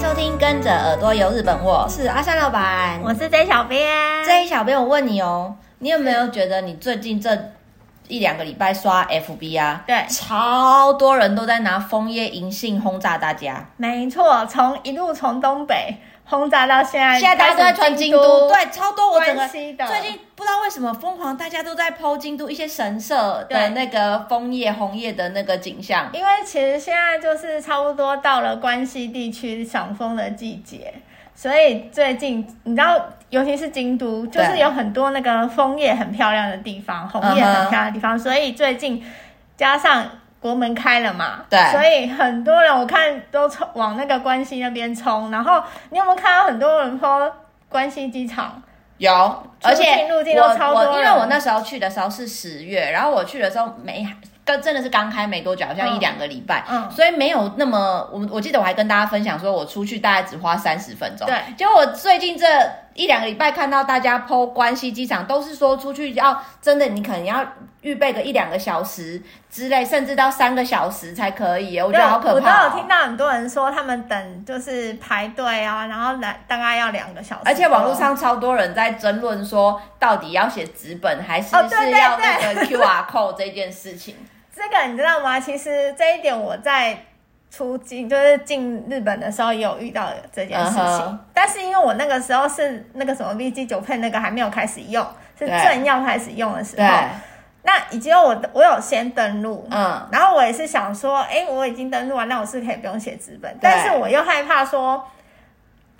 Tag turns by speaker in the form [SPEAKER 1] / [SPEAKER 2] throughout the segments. [SPEAKER 1] 收听《跟着耳朵游日本》，我是阿三老板。
[SPEAKER 2] 我是 J 小编。
[SPEAKER 1] 这一小编，我问你哦，你有没有觉得你最近这一两个礼拜刷 FB 啊？
[SPEAKER 2] 对
[SPEAKER 1] 超多人都在拿枫叶银杏轰炸大家，
[SPEAKER 2] 没错，从一路从东北轰炸到现在，
[SPEAKER 1] 现在大家都在传京都，对，超多。我整个
[SPEAKER 2] 关西的
[SPEAKER 1] 最近不知道为什么疯狂，大家都在剖京都一些神社的
[SPEAKER 2] 对
[SPEAKER 1] 那个枫叶、红叶的那个景象。
[SPEAKER 2] 因为其实现在就是差不多到了关西地区赏枫的季节，所以最近你知道，尤其是京都，就
[SPEAKER 1] 对
[SPEAKER 2] 是有很多那个枫叶很漂亮的地方，红叶
[SPEAKER 1] 嗯
[SPEAKER 2] 很
[SPEAKER 1] 哼
[SPEAKER 2] 漂亮的地方所以最近加上。国门开了嘛，
[SPEAKER 1] 对
[SPEAKER 2] 所以很多人我看都冲往那个关西那边冲，然后你有没有看到很多人说关西机场？
[SPEAKER 1] 有，而且
[SPEAKER 2] 入境
[SPEAKER 1] 我
[SPEAKER 2] 都超
[SPEAKER 1] 我
[SPEAKER 2] 多
[SPEAKER 1] 因为
[SPEAKER 2] 人
[SPEAKER 1] 我那时候去的时候是十月，然后我去的时候没刚真的是刚开没多久，好像
[SPEAKER 2] 嗯
[SPEAKER 1] 一两个礼拜，
[SPEAKER 2] 嗯
[SPEAKER 1] 所以没有那么我我记得我还跟大家分享说，我出去大概只花三十分钟，
[SPEAKER 2] 对
[SPEAKER 1] 结果我最近这。一两个礼拜看到大家剖关西机场，都是说出去要真的，你可能要预备个一两个小时之类，甚至到三个小时才可以耶。我觉得好可怕、
[SPEAKER 2] 啊
[SPEAKER 1] 哦
[SPEAKER 2] 我都有听。到很多人说他们等就是排队啊，然后来大概要两个小时多，
[SPEAKER 1] 而且网络上超多人在争论说，到底要写纸本还是
[SPEAKER 2] 哦对
[SPEAKER 1] 是
[SPEAKER 2] 对
[SPEAKER 1] 要那个 QR code 这件事 情。
[SPEAKER 2] 这个你知道吗？其实这一点我在出境，就是进日本的时候也有遇到这件事情
[SPEAKER 1] 嗯哼
[SPEAKER 2] 但是因为我那个时候是那个什么 VG 九配那个还没有开始用，是
[SPEAKER 1] 对
[SPEAKER 2] 正要开始用的时
[SPEAKER 1] 对
[SPEAKER 2] 候，，那已经有我我有先登录，
[SPEAKER 1] 嗯，
[SPEAKER 2] 然后我也是想说，哎、我已经登录完，那我是可以不用写纸本，但是我又害怕说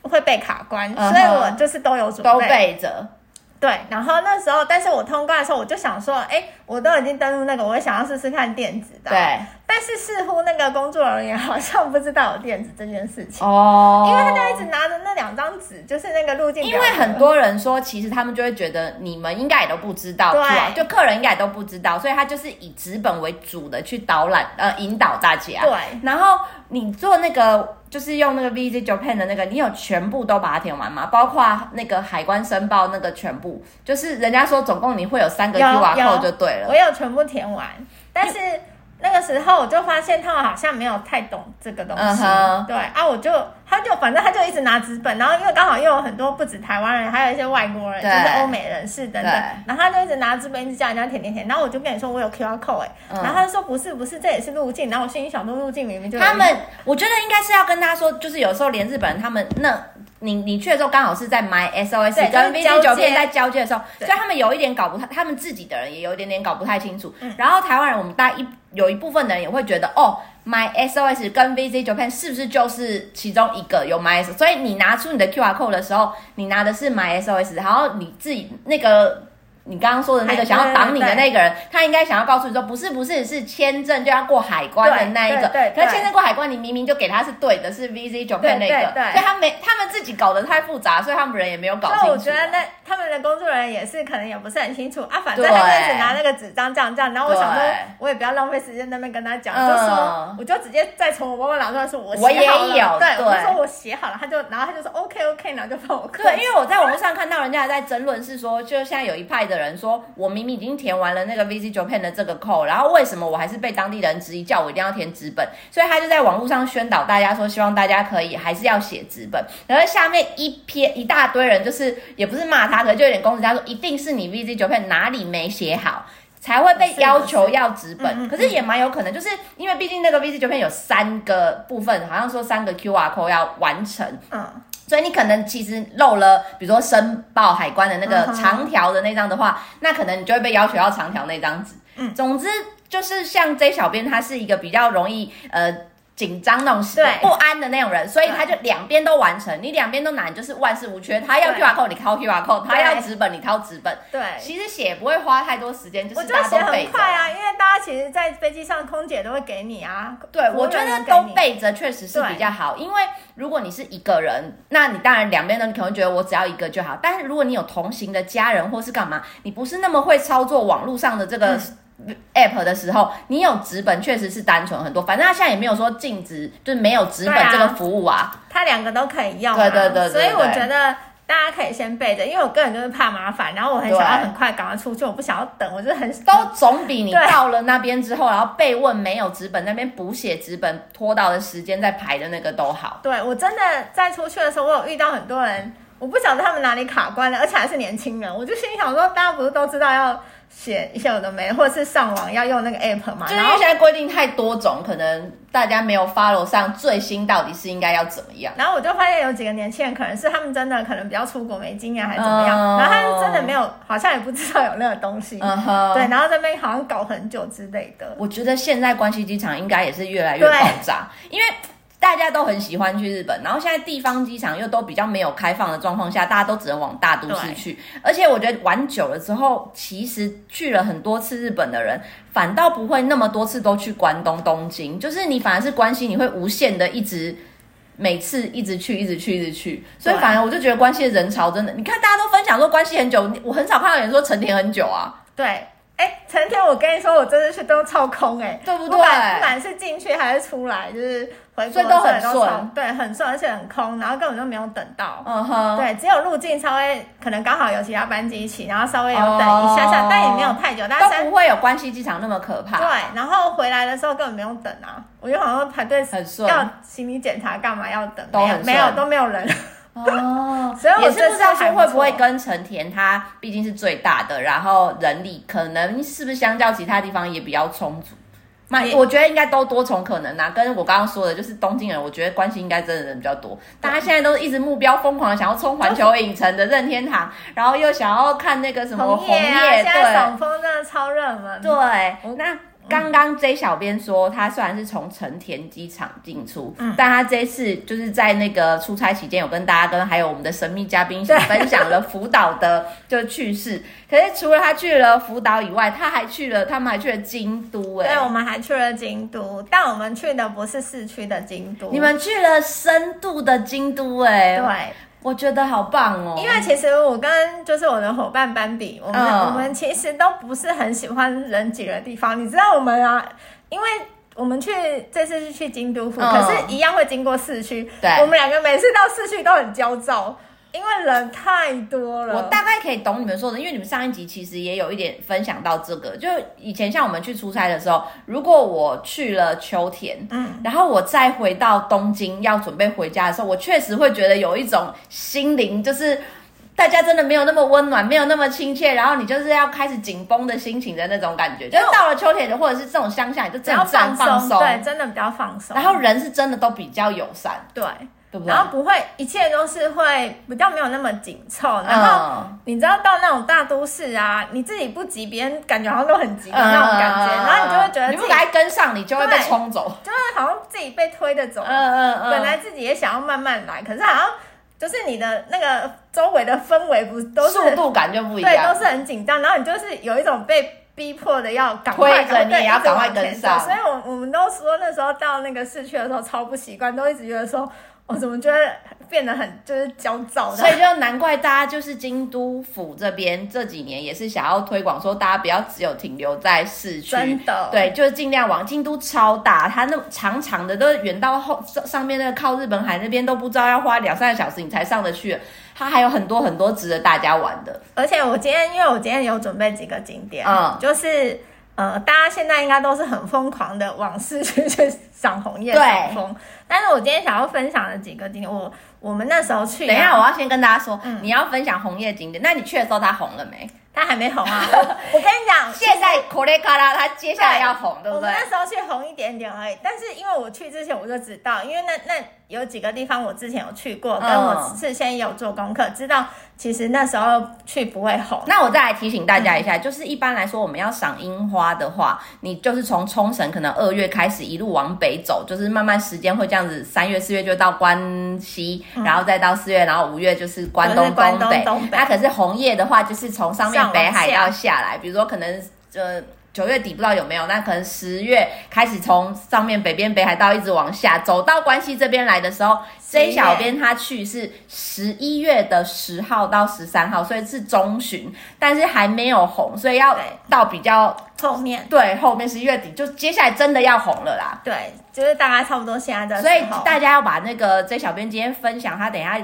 [SPEAKER 2] 会被卡关，
[SPEAKER 1] 嗯哼
[SPEAKER 2] 所以我就是都有准
[SPEAKER 1] 都
[SPEAKER 2] 备。
[SPEAKER 1] 备着。
[SPEAKER 2] 对，然后那时候，但是我通关的时候，我就想说，哎、我都已经登录那个，我也想要试试看电子的。，
[SPEAKER 1] 对，
[SPEAKER 2] 但是似乎那个工作人员好像不知道有电子这件事情，
[SPEAKER 1] 哦
[SPEAKER 2] 因为他就一直拿着那两张纸，就是那个路径表
[SPEAKER 1] 因为很多人说，其实他们就会觉得你们应该也都不知道，
[SPEAKER 2] 对
[SPEAKER 1] 啊就客人应该也都不知道，所以他就是以纸本为主的去导览，呃，引导大家。
[SPEAKER 2] 对
[SPEAKER 1] 然后你做那个就是用那个 VZ Japan 的那个，你有全部都把它填完吗？包括那个海关申报那个全部，就是人家说总共你会有三个
[SPEAKER 2] 有
[SPEAKER 1] QR
[SPEAKER 2] 有
[SPEAKER 1] code 就对
[SPEAKER 2] 我
[SPEAKER 1] 了。
[SPEAKER 2] 有全部填完，但是那个时候我就发现他们好像没有太懂这个东西。
[SPEAKER 1] 嗯哼
[SPEAKER 2] 对啊，我就他就反正他就一直拿纸本，然后因为刚好又有很多不止台湾人，还有一些外国人，
[SPEAKER 1] 对
[SPEAKER 2] 就是欧美人士等等
[SPEAKER 1] 对，
[SPEAKER 2] 然后他就一直拿纸本一直叫人家填填填，然后我就跟你说我有 QR code 哎、
[SPEAKER 1] 嗯
[SPEAKER 2] 然后他就说不是不是，这也是路径，然后我心里想说路径明明就有
[SPEAKER 1] 他们，我觉得应该是要跟他说，就是有时候连日本人他们那，你你去的时候刚好是在 My SOS
[SPEAKER 2] 对
[SPEAKER 1] 跟 V
[SPEAKER 2] 就是
[SPEAKER 1] G
[SPEAKER 2] 交
[SPEAKER 1] 九
[SPEAKER 2] 接
[SPEAKER 1] 片在交接的时候，所
[SPEAKER 2] 对
[SPEAKER 1] 以他们有一点搞不太，他们自己的人也有一点点搞不太清楚。然后台湾人我们大一有一部分的人也会觉得，哦，My SOS 跟 V G 九片是不是就是其中一个有 My S？所以你拿出你的 QR code 的时候，你拿的是 My SOS，然后你自己那个。你刚刚说的那个
[SPEAKER 2] 海
[SPEAKER 1] 想要挡你的
[SPEAKER 2] 对对对
[SPEAKER 1] 那个人，他应该想要告诉你说，不是不是，是签证就要过海关的
[SPEAKER 2] 对
[SPEAKER 1] 那一个。
[SPEAKER 2] 对对
[SPEAKER 1] 可是
[SPEAKER 2] 对
[SPEAKER 1] 签证过海关，你明明就给他是对的，是 VZ 九
[SPEAKER 2] 对
[SPEAKER 1] 片那个，
[SPEAKER 2] 对对
[SPEAKER 1] 所以他没他们自己搞得太复杂，所以他们人也没有搞
[SPEAKER 2] 所
[SPEAKER 1] 清
[SPEAKER 2] 以
[SPEAKER 1] 楚。
[SPEAKER 2] 我觉得那他们的工作人员也是可能也不是很清楚啊，反正
[SPEAKER 1] 对
[SPEAKER 2] 他就一直拿那个纸张这样这样，然后我想说
[SPEAKER 1] 对
[SPEAKER 2] 我也不要浪费时间在那边跟他讲，
[SPEAKER 1] 嗯
[SPEAKER 2] 就说我就直接再从我包包拿出来说我
[SPEAKER 1] 我也
[SPEAKER 2] 写好了，
[SPEAKER 1] 有
[SPEAKER 2] 对，我
[SPEAKER 1] 对
[SPEAKER 2] 就说我写好了，他就然后他就说 OK OK，然后就帮我刻
[SPEAKER 1] 对，因为我在网络上看到人家还在争论，是说，就现在有一派的人说，我明明已经填完了那个 VC Japan 的这个扣，然后为什么我还是被当地人质疑，叫我一定要填纸本？所以他就在网络上宣导大家说，希望大家可以还是要写纸本。然后下面一篇一大堆人，就是也不是骂他，可能就有点攻击他说，一定是你 VC Japan 哪里没写好。才会被
[SPEAKER 2] 是
[SPEAKER 1] 要
[SPEAKER 2] 是
[SPEAKER 1] 求要纸本，
[SPEAKER 2] 嗯嗯
[SPEAKER 1] 可是也蛮有可能，就是因为毕竟那个 VC 九片有三个部分，好像说三个 QR code 要完成，
[SPEAKER 2] 嗯，
[SPEAKER 1] 所以你可能其实漏了，比如说申报海关的那个
[SPEAKER 2] 嗯哼
[SPEAKER 1] 长条的那张的话，那可能你就会被要求要长条那张纸。
[SPEAKER 2] 嗯
[SPEAKER 1] 总之就是像 J 小编，他是一个比较容易呃紧张那种
[SPEAKER 2] 对
[SPEAKER 1] 不安的那种人，所以他就两边都完成，你两边都拿，你就是万事无缺。他要
[SPEAKER 2] 对
[SPEAKER 1] QR code 你掏 QR code，他
[SPEAKER 2] 对
[SPEAKER 1] 要纸本你掏纸本。
[SPEAKER 2] 对。
[SPEAKER 1] 其实写不会花太多时间，就
[SPEAKER 2] 我
[SPEAKER 1] 是
[SPEAKER 2] 就
[SPEAKER 1] 大
[SPEAKER 2] 写
[SPEAKER 1] 家都背
[SPEAKER 2] 很
[SPEAKER 1] 着。
[SPEAKER 2] 快啊，因为大家其实，在飞机上空姐都会给你啊。
[SPEAKER 1] 对，
[SPEAKER 2] 服务
[SPEAKER 1] 我
[SPEAKER 2] 人
[SPEAKER 1] 觉得
[SPEAKER 2] 员给
[SPEAKER 1] 都
[SPEAKER 2] 你。啊
[SPEAKER 1] 备着确实是比较好，因为如果你是一个人，那你当然两边呢，你可能觉得我只要一个就好。但是如果你有同行的家人或是干嘛，你不是那么会操作网络上的这个
[SPEAKER 2] 嗯
[SPEAKER 1] app 的时候，你有纸本确实是单纯很多。反正他现在也没有说禁止，就是没有纸本
[SPEAKER 2] 对啊
[SPEAKER 1] 这个服务啊。
[SPEAKER 2] 它两个都可以用、啊，
[SPEAKER 1] 对对对对对
[SPEAKER 2] 所以我觉得大家可以先备着，因为我个人就是怕麻烦，然后我很想要
[SPEAKER 1] 对
[SPEAKER 2] 很快赶快出去，我不想要等，我就是很
[SPEAKER 1] 都总比你
[SPEAKER 2] 对
[SPEAKER 1] 到了那边之后，然后被问没有纸本，那边补写纸本拖到的时间再排的那个都好。
[SPEAKER 2] 对我真的在出去的时候，我有遇到很多人，我不晓得他们哪里卡关了，而且还是年轻人。我就心里想说，大家不是都知道要写一些有的没的，或者是上网要用那个 app 嘛？
[SPEAKER 1] 就是因
[SPEAKER 2] 啊然
[SPEAKER 1] 为
[SPEAKER 2] 后
[SPEAKER 1] 现，在规定太多种，可能大家没有 follow 上最新到底是应该要怎么样。
[SPEAKER 2] 然后我就发现有几个年轻人，可能是他们真的可能比较出国没经验还是怎么样，
[SPEAKER 1] 哦
[SPEAKER 2] 然后他们真的没有，好像也不知道有那个东西。
[SPEAKER 1] 嗯哼，
[SPEAKER 2] 对，，然后这边好像搞很久之类的，
[SPEAKER 1] 我觉得现在关西机场应该也是越来越
[SPEAKER 2] 对
[SPEAKER 1] 爆炸，因为。大家都很喜欢去日本，然后现在地方机场又都比较没有开放的状况下，大家都只能往大都市
[SPEAKER 2] 对
[SPEAKER 1] 去。而且我觉得玩久了之后，其实去了很多次日本的人，反倒不会那么多次都去关东、东京，就是你反而是关西，你会无限的一直每次一直去、一直去、一直去。所以
[SPEAKER 2] 对
[SPEAKER 1] 反而我就觉得关西的人潮真的，你看大家都分享说关西很久，我很少看到有人说成田很久啊。
[SPEAKER 2] 对。哎，成天，我跟你说，我这次去都超空哎、
[SPEAKER 1] 对不对
[SPEAKER 2] 不管不管是进去还是出来，就是回
[SPEAKER 1] 所
[SPEAKER 2] 国
[SPEAKER 1] 以都很
[SPEAKER 2] 的时候
[SPEAKER 1] 顺
[SPEAKER 2] 超，对，很顺，而且很空，然后根本就没有等到。
[SPEAKER 1] 嗯哼，
[SPEAKER 2] 对，只有入境稍微可能刚好有其他班机一起，然后稍微有等一下下，
[SPEAKER 1] 哦
[SPEAKER 2] 但也没有太久，但
[SPEAKER 1] 都
[SPEAKER 2] 是
[SPEAKER 1] 不会有关西机场那么可怕。
[SPEAKER 2] 对，然后回来的时候根本没有等啊，我就好像排队
[SPEAKER 1] 很顺
[SPEAKER 2] 要行李检查干嘛要等，
[SPEAKER 1] 都
[SPEAKER 2] 没有
[SPEAKER 1] 很
[SPEAKER 2] 没有
[SPEAKER 1] 顺
[SPEAKER 2] 都没有人，
[SPEAKER 1] 哦，
[SPEAKER 2] 所以我
[SPEAKER 1] 也是
[SPEAKER 2] 这
[SPEAKER 1] 不知
[SPEAKER 2] 次
[SPEAKER 1] 道说
[SPEAKER 2] 还不
[SPEAKER 1] 会不会
[SPEAKER 2] 错
[SPEAKER 1] 跟成田，它毕竟是最大的，然后人力可能是不是相较其他地方也比较充足。那
[SPEAKER 2] 也
[SPEAKER 1] 我觉得应该都多重可能啊，跟我刚刚说的，就是东京人，我觉得关系应该真的人比较多。大家现在都是一直目标疯狂的想要冲环球影城的任天堂，然后又想要看那个什么
[SPEAKER 2] 红
[SPEAKER 1] 红
[SPEAKER 2] 叶
[SPEAKER 1] 叶，
[SPEAKER 2] 啊，现在
[SPEAKER 1] 对，
[SPEAKER 2] 赏枫真的超热门，
[SPEAKER 1] 对
[SPEAKER 2] 我，
[SPEAKER 1] 那刚刚 J 小编说，他虽然是从成田机场进出，
[SPEAKER 2] 嗯
[SPEAKER 1] 但他这次就是在那个出差期间，有跟大家跟还有我们的神秘嘉宾一起分享了福岛的就趣 事。可是除了他去了福岛以外，他还去了，他们还去了京都、
[SPEAKER 2] 对，我
[SPEAKER 1] 哎，
[SPEAKER 2] 们还去了京都，但我们去的不是市区的京都，
[SPEAKER 1] 你们去了深度的京都、哎，
[SPEAKER 2] 对。
[SPEAKER 1] 我觉得好棒哦，
[SPEAKER 2] 因为其实我跟就是我的伙伴班比，我们、
[SPEAKER 1] 嗯
[SPEAKER 2] 我们其实都不是很喜欢人挤的地方。你知道我们啊，因为我们去这次是去京都府，
[SPEAKER 1] 嗯
[SPEAKER 2] 可是一样会经过市区。
[SPEAKER 1] 对
[SPEAKER 2] 我们两个每次到市区都很焦躁，因为人太多了。
[SPEAKER 1] 我大概可以懂你们说的，因为你们上一集其实也有一点分享到这个，就以前像我们去出差的时候，如果我去了秋田，嗯
[SPEAKER 2] 嗯，
[SPEAKER 1] 然后我再回到东京要准备回家的时候，我确实会觉得有一种心灵就是。大家真的没有那么温暖，没有那么亲切，然后你就是要开始紧绷的心情的那种感觉，就是到了秋田或者是这种乡下，你就
[SPEAKER 2] 只
[SPEAKER 1] 真
[SPEAKER 2] 要
[SPEAKER 1] 的
[SPEAKER 2] 放
[SPEAKER 1] 放
[SPEAKER 2] 松，
[SPEAKER 1] 松，
[SPEAKER 2] 对，真的比较放松。
[SPEAKER 1] 然后人是真的都比较友善，
[SPEAKER 2] 对，
[SPEAKER 1] 对不对？
[SPEAKER 2] 然后不会，一切都是会比较没有那么紧凑，然后。
[SPEAKER 1] 嗯
[SPEAKER 2] 你知道到那种大都市啊，你自己不急，别人感觉好像都很急的那种感觉，
[SPEAKER 1] 嗯
[SPEAKER 2] 然后你就会觉得
[SPEAKER 1] 你
[SPEAKER 2] 自
[SPEAKER 1] 不
[SPEAKER 2] 己
[SPEAKER 1] 来跟上，你就会被
[SPEAKER 2] 对
[SPEAKER 1] 冲走。
[SPEAKER 2] 就是好像自己被推着走。
[SPEAKER 1] 嗯嗯
[SPEAKER 2] 本来自己也想要慢慢来，可是好像就是你的那个周围的氛围不是都是
[SPEAKER 1] 速度感就不一
[SPEAKER 2] 对，
[SPEAKER 1] 样，
[SPEAKER 2] 都是很紧张，然后你就是有一种被逼迫的要赶
[SPEAKER 1] 推
[SPEAKER 2] 快
[SPEAKER 1] 着你也要赶快跟上
[SPEAKER 2] 对一直往前走所以我我们都说那时候到那个市区的时候超不习惯，都一直觉得说我怎么觉得变得很就是焦躁的，
[SPEAKER 1] 所以就难怪大家就是京都府这边这几年也是想要推广说，大家不要只有停留在市区。
[SPEAKER 2] 真的
[SPEAKER 1] 对，就是尽量往京都超大，它那长长的都远到后上上面那个靠日本海那边都不知道要花两三个小时你才上得去，它还有很多很多值得大家玩的。
[SPEAKER 2] 而且我今天，因为我今天有准备几个景点，
[SPEAKER 1] 嗯
[SPEAKER 2] 就是呃，大家现在应该都是很疯狂的往市区去赏红叶、
[SPEAKER 1] 对
[SPEAKER 2] 赏枫，但是我今天想要分享的几个景点，我我们那时候去、啊
[SPEAKER 1] 等一下，我要先跟大家说，你要分享红叶景点，那你去的时候它红了没？
[SPEAKER 2] 它还没红啊， 我我跟你讲，
[SPEAKER 1] 现在 k o r e k a r a 它接下来要红，对
[SPEAKER 2] 我
[SPEAKER 1] 不
[SPEAKER 2] 们
[SPEAKER 1] 对？
[SPEAKER 2] 那时候去红一点点而已，但是因为我去之前我就知道，因为那那有几个地方我之前有去过，跟
[SPEAKER 1] 嗯
[SPEAKER 2] 我事先也有做功课，知道其实那时候去不会红。
[SPEAKER 1] 那我再来提醒大家一
[SPEAKER 2] 嗯
[SPEAKER 1] 下，就是一般来说，我们要赏樱花的话，你就是从冲绳可能二月开始一路往北走，就是慢慢时间会这样子，三月、四月就到关西，然后再到四月，然后五月就是关东
[SPEAKER 2] 就是嗯关东
[SPEAKER 1] 北。
[SPEAKER 2] 东北
[SPEAKER 1] 那可是红叶的话，就是从上面
[SPEAKER 2] 上往
[SPEAKER 1] 北海
[SPEAKER 2] 下
[SPEAKER 1] 到下来，比如说可能呃。九月底不知道有没有，那可能十月开始从上面北边北海道一直往下走到关西这边来的时候，J
[SPEAKER 2] 月
[SPEAKER 1] 小编他去是十一月的十号到十三号，所以是中旬，但是还没有红，所以要
[SPEAKER 2] 对
[SPEAKER 1] 到比较
[SPEAKER 2] 后面
[SPEAKER 1] 对后面十一月底，就接下来真的要红了啦。
[SPEAKER 2] 对，就是大概差不多现在的
[SPEAKER 1] 所以
[SPEAKER 2] 时候
[SPEAKER 1] 大家要把那个 J 小编今天分享他等一下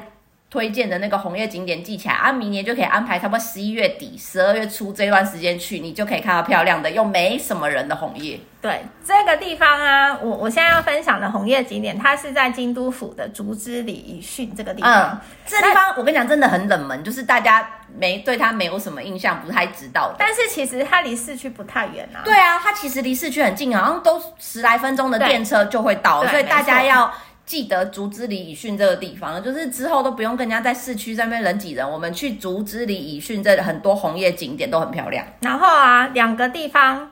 [SPEAKER 1] 推荐的那个红叶景点记起来啊，明年就可以安排差不多十一月底、十二月初这段时间去，你就可以看到漂亮的又没什么人的红叶。
[SPEAKER 2] 对这个地方啊，我我现在要分享的红叶景点，它是在京都府的竹之里以训这个地方。
[SPEAKER 1] 嗯，这地方我跟你讲真的很冷门，就是大家没对它没有什么印象，不太知道的。
[SPEAKER 2] 但是其实它离市区不太远啊。
[SPEAKER 1] 对啊，它其实离市区很近，啊好像都十来分钟的电车就会到，
[SPEAKER 2] 对
[SPEAKER 1] 所以大家
[SPEAKER 2] 没错
[SPEAKER 1] 要记得竹之里以训这个地方，就是之后都不用跟人家在市区这边人挤人，我们去竹之里以训这很多红叶景点都很漂亮。
[SPEAKER 2] 然后啊，两个地方，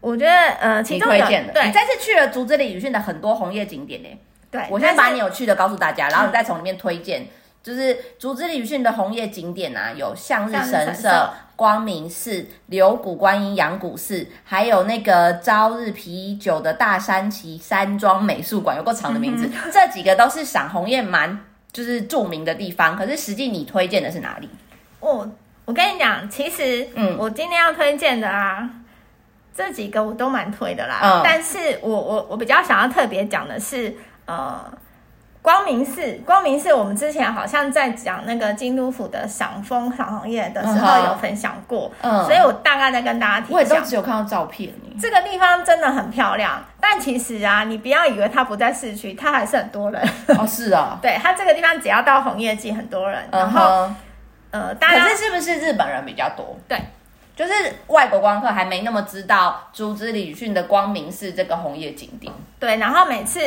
[SPEAKER 2] 我觉得呃，其
[SPEAKER 1] 你
[SPEAKER 2] 中有
[SPEAKER 1] 推荐的，你
[SPEAKER 2] 对
[SPEAKER 1] 这次去了竹之里以训的很多红叶景点呢、
[SPEAKER 2] 对，
[SPEAKER 1] 我先
[SPEAKER 2] 但
[SPEAKER 1] 把
[SPEAKER 2] 是
[SPEAKER 1] 你有去的告诉大家，然后你再从里面推荐。就是竹之里训的红叶景点啊，有向日
[SPEAKER 2] 向日
[SPEAKER 1] 神
[SPEAKER 2] 神
[SPEAKER 1] 社
[SPEAKER 2] 社、
[SPEAKER 1] 光明寺、柳谷观音阳谷寺，还有那个朝日啤酒的大山崎山庄美术馆，有够长的名字。这几个都是赏红叶蛮就是著名的地方，可是实际你推荐的是哪里？
[SPEAKER 2] 我哦我跟你讲，其实
[SPEAKER 1] 嗯
[SPEAKER 2] 嗯，我今天要推荐的啊，这几个我都蛮推的啦。
[SPEAKER 1] 嗯
[SPEAKER 2] 但是我我我比较想要特别讲的是，呃，光明寺，光明寺，我们之前好像在讲那个京都府的赏枫赏红叶的时
[SPEAKER 1] 嗯
[SPEAKER 2] 候
[SPEAKER 1] 哼
[SPEAKER 2] 有分享过，
[SPEAKER 1] 嗯
[SPEAKER 2] 所以我大概再跟大家提
[SPEAKER 1] 我
[SPEAKER 2] 一
[SPEAKER 1] 也都
[SPEAKER 2] 下。
[SPEAKER 1] 只有看到照片耶。
[SPEAKER 2] 这个地方真的很漂亮，但其实啊，你不要以为它不在市区，它还是很多 人。
[SPEAKER 1] 哦，是啊，
[SPEAKER 2] 对，它这个地方只要到红叶季，很多人。然
[SPEAKER 1] 嗯
[SPEAKER 2] 后、
[SPEAKER 1] 哼。
[SPEAKER 2] 呃，大
[SPEAKER 1] 可
[SPEAKER 2] 家
[SPEAKER 1] 是是不是日本人比较多？
[SPEAKER 2] 对，
[SPEAKER 1] 就是外国观光客还没那么知道竹之里训的光明寺这个红叶景点。
[SPEAKER 2] 对，然后每次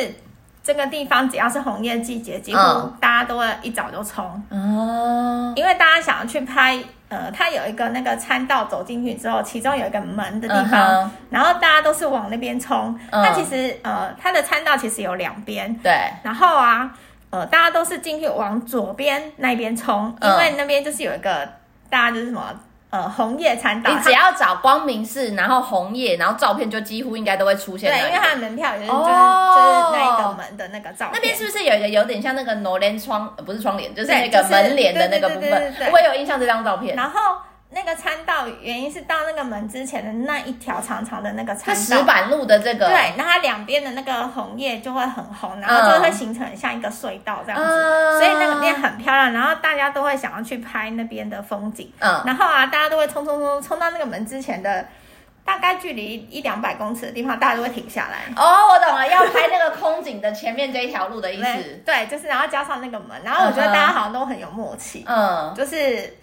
[SPEAKER 2] 这个地方只要是红叶季节，几乎
[SPEAKER 1] 嗯
[SPEAKER 2] 大家都会一早就冲，
[SPEAKER 1] 哦，
[SPEAKER 2] 因为大家想要去拍。呃，它有一个那个参道走进去之后，其中有一个门的地方
[SPEAKER 1] 嗯哼
[SPEAKER 2] 然后大家都是往那边冲。
[SPEAKER 1] 嗯
[SPEAKER 2] 那、其实呃，它的参道其实有两边，
[SPEAKER 1] 对，
[SPEAKER 2] 然后啊，呃，大家都是进去往左边那边冲，因
[SPEAKER 1] 嗯
[SPEAKER 2] 为那边就是有一个大家就是什么呃红叶参道，
[SPEAKER 1] 你只要找光明寺，然后红叶，然后照片就几乎应该都会出现那
[SPEAKER 2] 对，
[SPEAKER 1] 里。
[SPEAKER 2] 因为它的门票也是就是、
[SPEAKER 1] 哦
[SPEAKER 2] 就是那一个门的那个照片，
[SPEAKER 1] 那边是不是有一个有点像那个挪帘窗，呃不是窗帘，就是
[SPEAKER 2] 对
[SPEAKER 1] 那个
[SPEAKER 2] 就是
[SPEAKER 1] 门帘的那个部
[SPEAKER 2] 对对对
[SPEAKER 1] 分
[SPEAKER 2] 对对？对
[SPEAKER 1] 我有印象这张照片。
[SPEAKER 2] 然后那个参道原因是到那个门之前的那一条长长的那个
[SPEAKER 1] 它
[SPEAKER 2] 参
[SPEAKER 1] 石
[SPEAKER 2] 道。
[SPEAKER 1] 板路的这个，
[SPEAKER 2] 对，那它两边的那个红叶就会很红，然后就会形成很像一个隧道这样子，
[SPEAKER 1] 嗯
[SPEAKER 2] 所以那个边很漂亮，然后大家都会想要去拍那边的风景。
[SPEAKER 1] 嗯，
[SPEAKER 2] 然后啊，大家都会冲冲冲冲到那个门之前的大概距离一两百公尺的地方，大家都会停下来。
[SPEAKER 1] 哦，我懂了，要拍那个空景的前面这一条路的意
[SPEAKER 2] 对
[SPEAKER 1] 思。
[SPEAKER 2] 对，就是然后加上那个门，然后我觉得
[SPEAKER 1] 嗯哼
[SPEAKER 2] 大家好像都很有默契，
[SPEAKER 1] 嗯，
[SPEAKER 2] 就是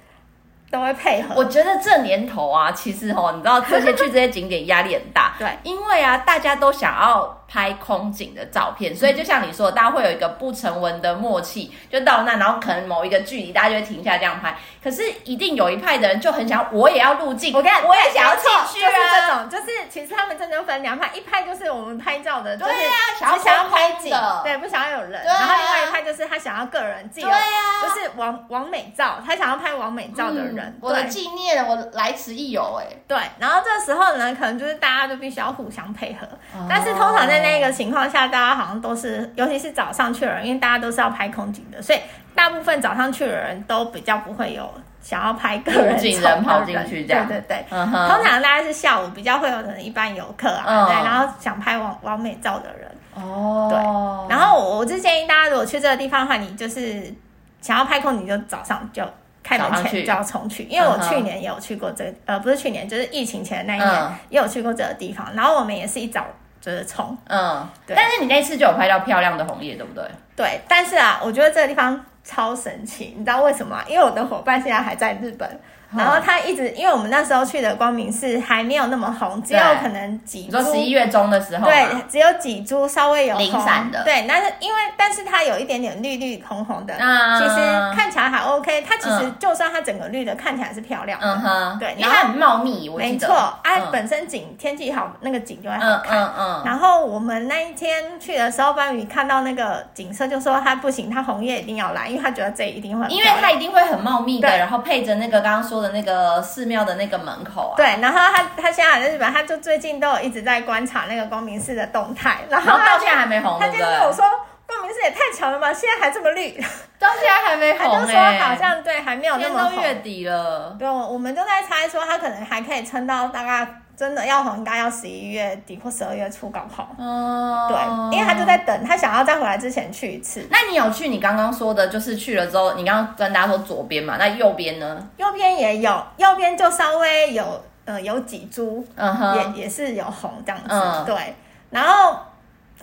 [SPEAKER 2] 都会配 合。
[SPEAKER 1] 我觉得这年头啊，其实哦，你知道这些去这些景点压力很大，
[SPEAKER 2] 对
[SPEAKER 1] 因为啊，大家都想要拍空景的照片，所以就像你说，大家会有一个不成文的默契，就到那，然后可能某一个距离，大家就会停下这样拍。可是一定有一派的人就很想，我也要入镜，
[SPEAKER 2] 我跟你讲
[SPEAKER 1] 我也
[SPEAKER 2] 对
[SPEAKER 1] 想要
[SPEAKER 2] 没
[SPEAKER 1] 进
[SPEAKER 2] 错
[SPEAKER 1] 去
[SPEAKER 2] 就是这
[SPEAKER 1] 啊。
[SPEAKER 2] 种，就是其实他们真的分两派，一派就是我们拍照的，就
[SPEAKER 1] 对
[SPEAKER 2] 是
[SPEAKER 1] 啊想要
[SPEAKER 2] 只想要拍
[SPEAKER 1] 空
[SPEAKER 2] 景
[SPEAKER 1] 的，
[SPEAKER 2] 对，不想要有人。
[SPEAKER 1] 对啊
[SPEAKER 2] 然后另外一派就是他想要个人自由，
[SPEAKER 1] 对啊
[SPEAKER 2] 就是完完美照，他想要拍完美照的人
[SPEAKER 1] 嗯。我的
[SPEAKER 2] 对
[SPEAKER 1] 纪念，我来此一游、哎，
[SPEAKER 2] 对，然后这时候呢，可能就是大家就必须要互相配合。
[SPEAKER 1] 哦
[SPEAKER 2] 但是通常在那个情况下，大家好像都是，尤其是早上去的人，因为大家都是要拍空景的，所以大部分早上去的人都比较不会有想要拍个人
[SPEAKER 1] 入境
[SPEAKER 2] 照
[SPEAKER 1] 人跑
[SPEAKER 2] 的人
[SPEAKER 1] 进去这样
[SPEAKER 2] 对对对。
[SPEAKER 1] 嗯
[SPEAKER 2] 通
[SPEAKER 1] 哼，
[SPEAKER 2] 常大概是下午比较会有可能一般游客啊，
[SPEAKER 1] 嗯
[SPEAKER 2] 对，然后想拍完完美照的人，
[SPEAKER 1] 哦，
[SPEAKER 2] 然后我我是建议大家，如果去这个地方的话，你就是想要拍空，你就早上就开门
[SPEAKER 1] 早上去
[SPEAKER 2] 前就要冲去。因为我
[SPEAKER 1] 嗯哼
[SPEAKER 2] 去年也有去过这个，呃，不是去年，就是疫情前的那一
[SPEAKER 1] 嗯
[SPEAKER 2] 年也有去过这个地方。然后我们也是一早就是冲，
[SPEAKER 1] 嗯，
[SPEAKER 2] 对
[SPEAKER 1] 但是你那次就有拍到漂亮的红叶，对不对？
[SPEAKER 2] 对。但是啊，我觉得这个地方超神奇，你知道为什么吗？啊因为我的伙伴现在还在日本。
[SPEAKER 1] 嗯
[SPEAKER 2] 然后他一直，因为我们那时候去的光明寺还没有那么红，只有
[SPEAKER 1] 对
[SPEAKER 2] 可能几
[SPEAKER 1] 你
[SPEAKER 2] 株
[SPEAKER 1] 说十一月中的时候吗，
[SPEAKER 2] 对，只有几株稍微有
[SPEAKER 1] 哦零
[SPEAKER 2] 红
[SPEAKER 1] 散的
[SPEAKER 2] 对，但是因为但是它有一点点绿绿红红的，
[SPEAKER 1] 啊
[SPEAKER 2] 其实看起来还 OK。它其实
[SPEAKER 1] 嗯
[SPEAKER 2] 就算它整个绿的看起来是漂亮的，
[SPEAKER 1] 嗯哼，
[SPEAKER 2] 对
[SPEAKER 1] 因为它很茂密，我
[SPEAKER 2] 没
[SPEAKER 1] 记得，
[SPEAKER 2] 错，啊，
[SPEAKER 1] 嗯
[SPEAKER 2] 本身景天气好，那个景就会好
[SPEAKER 1] 嗯
[SPEAKER 2] 看。
[SPEAKER 1] 嗯嗯，
[SPEAKER 2] 然后我们那一天去的时候，班宇看到那个景色就说他不行，他红叶一定要来，因为他觉得这一定会很
[SPEAKER 1] 因为
[SPEAKER 2] 漂亮
[SPEAKER 1] 它一定会很茂密的，
[SPEAKER 2] 对
[SPEAKER 1] 然后配着那个刚刚说的那个寺庙的那个门口啊，
[SPEAKER 2] 对，然后他他现在还在日本，他就最近都有一直在观察那个光明寺的动态，然后
[SPEAKER 1] 然后
[SPEAKER 2] 他
[SPEAKER 1] 到
[SPEAKER 2] 就
[SPEAKER 1] 现在还没红，
[SPEAKER 2] 他
[SPEAKER 1] 对
[SPEAKER 2] 今
[SPEAKER 1] 不
[SPEAKER 2] 天跟我
[SPEAKER 1] 对？
[SPEAKER 2] 说。光明寺也太强了吧！现在还这么绿，
[SPEAKER 1] 到现在还没
[SPEAKER 2] 他就
[SPEAKER 1] 红
[SPEAKER 2] 说
[SPEAKER 1] 哎，
[SPEAKER 2] 好像对还没有那
[SPEAKER 1] 现
[SPEAKER 2] 么
[SPEAKER 1] 在都
[SPEAKER 2] 红
[SPEAKER 1] 月底了，
[SPEAKER 2] 对，我们就在猜说他可能还可以撑到大概真的要还该要十一月底或十二月初搞好。
[SPEAKER 1] 哦，
[SPEAKER 2] 对，因为他就在等，他想要再回来之前去一次。
[SPEAKER 1] 那你有去你刚刚说的，就是去了之后，你刚刚跟大家说左边嘛，那右边呢？
[SPEAKER 2] 右边也有，右边就稍微有呃有几株，
[SPEAKER 1] 嗯哼，
[SPEAKER 2] 也也是有红这样子。
[SPEAKER 1] 嗯
[SPEAKER 2] 对，然后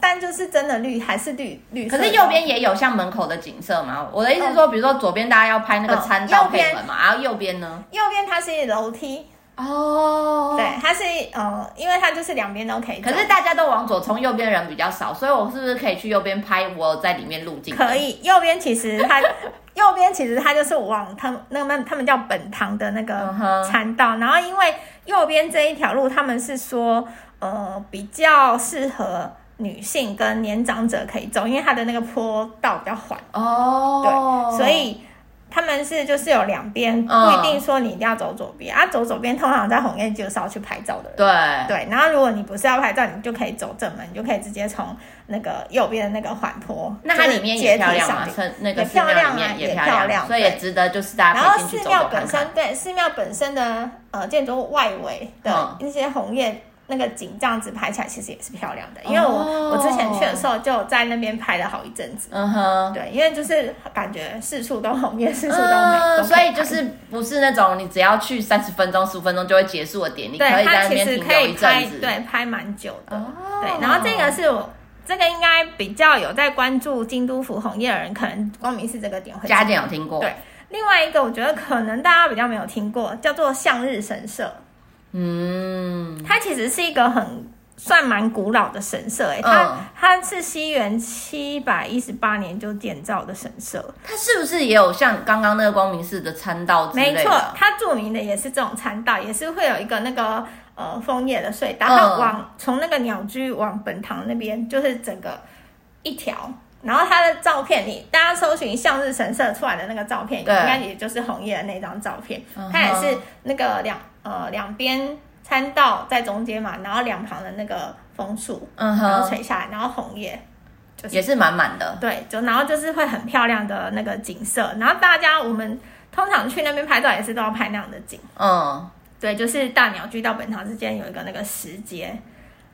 [SPEAKER 2] 但就是真的绿还是绿绿色
[SPEAKER 1] 可
[SPEAKER 2] 的，
[SPEAKER 1] 是右边也有像门口的景色嘛。我的意思是说，比如说左边大家要拍那个餐
[SPEAKER 2] 嗯
[SPEAKER 1] 照
[SPEAKER 2] 哦右边
[SPEAKER 1] 配合嘛，然后右边呢？
[SPEAKER 2] 右边它是楼梯，
[SPEAKER 1] 哦
[SPEAKER 2] 对，它是呃，因为它就是两边都可以走。
[SPEAKER 1] 可是大家都往左冲，右边人比较少，所以我是不是可以去右边拍我在里面路径？
[SPEAKER 2] 可。以，右边其实它 右边其实它就是往他们那们他们叫本堂的那个
[SPEAKER 1] 嗯哼
[SPEAKER 2] 餐道，然后因为右边这一条路他们是说呃比较适合女性跟年长者可以走，因为它的那个坡道比较缓，对，
[SPEAKER 1] 哦，
[SPEAKER 2] 所以。他们是就是有两边，不
[SPEAKER 1] 嗯
[SPEAKER 2] 一定说你一定要走左边、啊，走左边通常在红叶就是要去拍照的人。
[SPEAKER 1] 对，
[SPEAKER 2] 对，然后如果你不是要拍照，你就可以走正门，你就可以直接从那个右边的那个缓坡，
[SPEAKER 1] 那它
[SPEAKER 2] 就是
[SPEAKER 1] 里面
[SPEAKER 2] 阶
[SPEAKER 1] 也
[SPEAKER 2] 梯
[SPEAKER 1] 漂亮
[SPEAKER 2] 上
[SPEAKER 1] 嘛，
[SPEAKER 2] 去
[SPEAKER 1] 是那个
[SPEAKER 2] 也
[SPEAKER 1] 寺
[SPEAKER 2] 漂
[SPEAKER 1] 庙
[SPEAKER 2] 亮
[SPEAKER 1] 里
[SPEAKER 2] 啊
[SPEAKER 1] 面也
[SPEAKER 2] 也
[SPEAKER 1] 漂
[SPEAKER 2] 漂
[SPEAKER 1] 亮，
[SPEAKER 2] 亮
[SPEAKER 1] 所以也
[SPEAKER 2] 对
[SPEAKER 1] 值得就是大家
[SPEAKER 2] 然
[SPEAKER 1] 可
[SPEAKER 2] 后
[SPEAKER 1] 以进去
[SPEAKER 2] 寺
[SPEAKER 1] 走
[SPEAKER 2] 庙
[SPEAKER 1] 走
[SPEAKER 2] 本
[SPEAKER 1] 看
[SPEAKER 2] 身
[SPEAKER 1] 看。
[SPEAKER 2] 对寺庙本身的呃建筑物外围的
[SPEAKER 1] 嗯
[SPEAKER 2] 一些红叶、那个景这样子拍起来，其实也是漂亮的。因为我、
[SPEAKER 1] 哦
[SPEAKER 2] 我之前去的时候就有在那边拍了好一阵子。
[SPEAKER 1] 嗯哼，
[SPEAKER 2] 对，因为就是感觉四处都红叶，四处都美，
[SPEAKER 1] 嗯，
[SPEAKER 2] 都可
[SPEAKER 1] 所以
[SPEAKER 2] 拍
[SPEAKER 1] 就是不是那种你只要去三十分钟、十五分钟就会结束的点，你可
[SPEAKER 2] 对
[SPEAKER 1] 以在
[SPEAKER 2] 它
[SPEAKER 1] 那
[SPEAKER 2] 其
[SPEAKER 1] 边
[SPEAKER 2] 实
[SPEAKER 1] 停
[SPEAKER 2] 可
[SPEAKER 1] 留
[SPEAKER 2] 以
[SPEAKER 1] 一
[SPEAKER 2] 拍
[SPEAKER 1] 阵子。，
[SPEAKER 2] 对拍蛮久的。
[SPEAKER 1] 哦
[SPEAKER 2] 对，然后这个是我这个应该比较有在关注京都府红叶的人，可能光明寺这个点会
[SPEAKER 1] 嘉
[SPEAKER 2] 知道
[SPEAKER 1] 健有听过？
[SPEAKER 2] 对，另外一个我觉得可能大家比较没有听过，叫做向日神社，
[SPEAKER 1] 嗯，
[SPEAKER 2] 它其实是一个很算蛮古老的神社、欸，哎、
[SPEAKER 1] 嗯
[SPEAKER 2] 它它是西元七百一十八年就建造的神社，
[SPEAKER 1] 它是不是也有像刚刚那个光明寺的参道哦之类
[SPEAKER 2] 没
[SPEAKER 1] 的？
[SPEAKER 2] 错，它著名的也是这种参道，也是会有一个那个呃枫叶的隧道，
[SPEAKER 1] 嗯
[SPEAKER 2] 它往从那个鸟居往本堂那边，就是整个一条。然后它的照片，你大家搜寻向日神社出来的那个照片，应
[SPEAKER 1] 对
[SPEAKER 2] 该也就是红叶的那张照片。
[SPEAKER 1] 嗯哼
[SPEAKER 2] 它也是那个两呃两边参道在中间嘛，然后两旁的那个枫树，
[SPEAKER 1] 嗯
[SPEAKER 2] 然后
[SPEAKER 1] 哼，
[SPEAKER 2] 垂下来，然后红叶，就是
[SPEAKER 1] 也是满满的。
[SPEAKER 2] 对，就然后就是会很漂亮的那个景色，然后大家我们通常去那边拍照也是都要拍那样的景，
[SPEAKER 1] 嗯，
[SPEAKER 2] 对，就是大鸟居到本堂之间有一个那个石阶，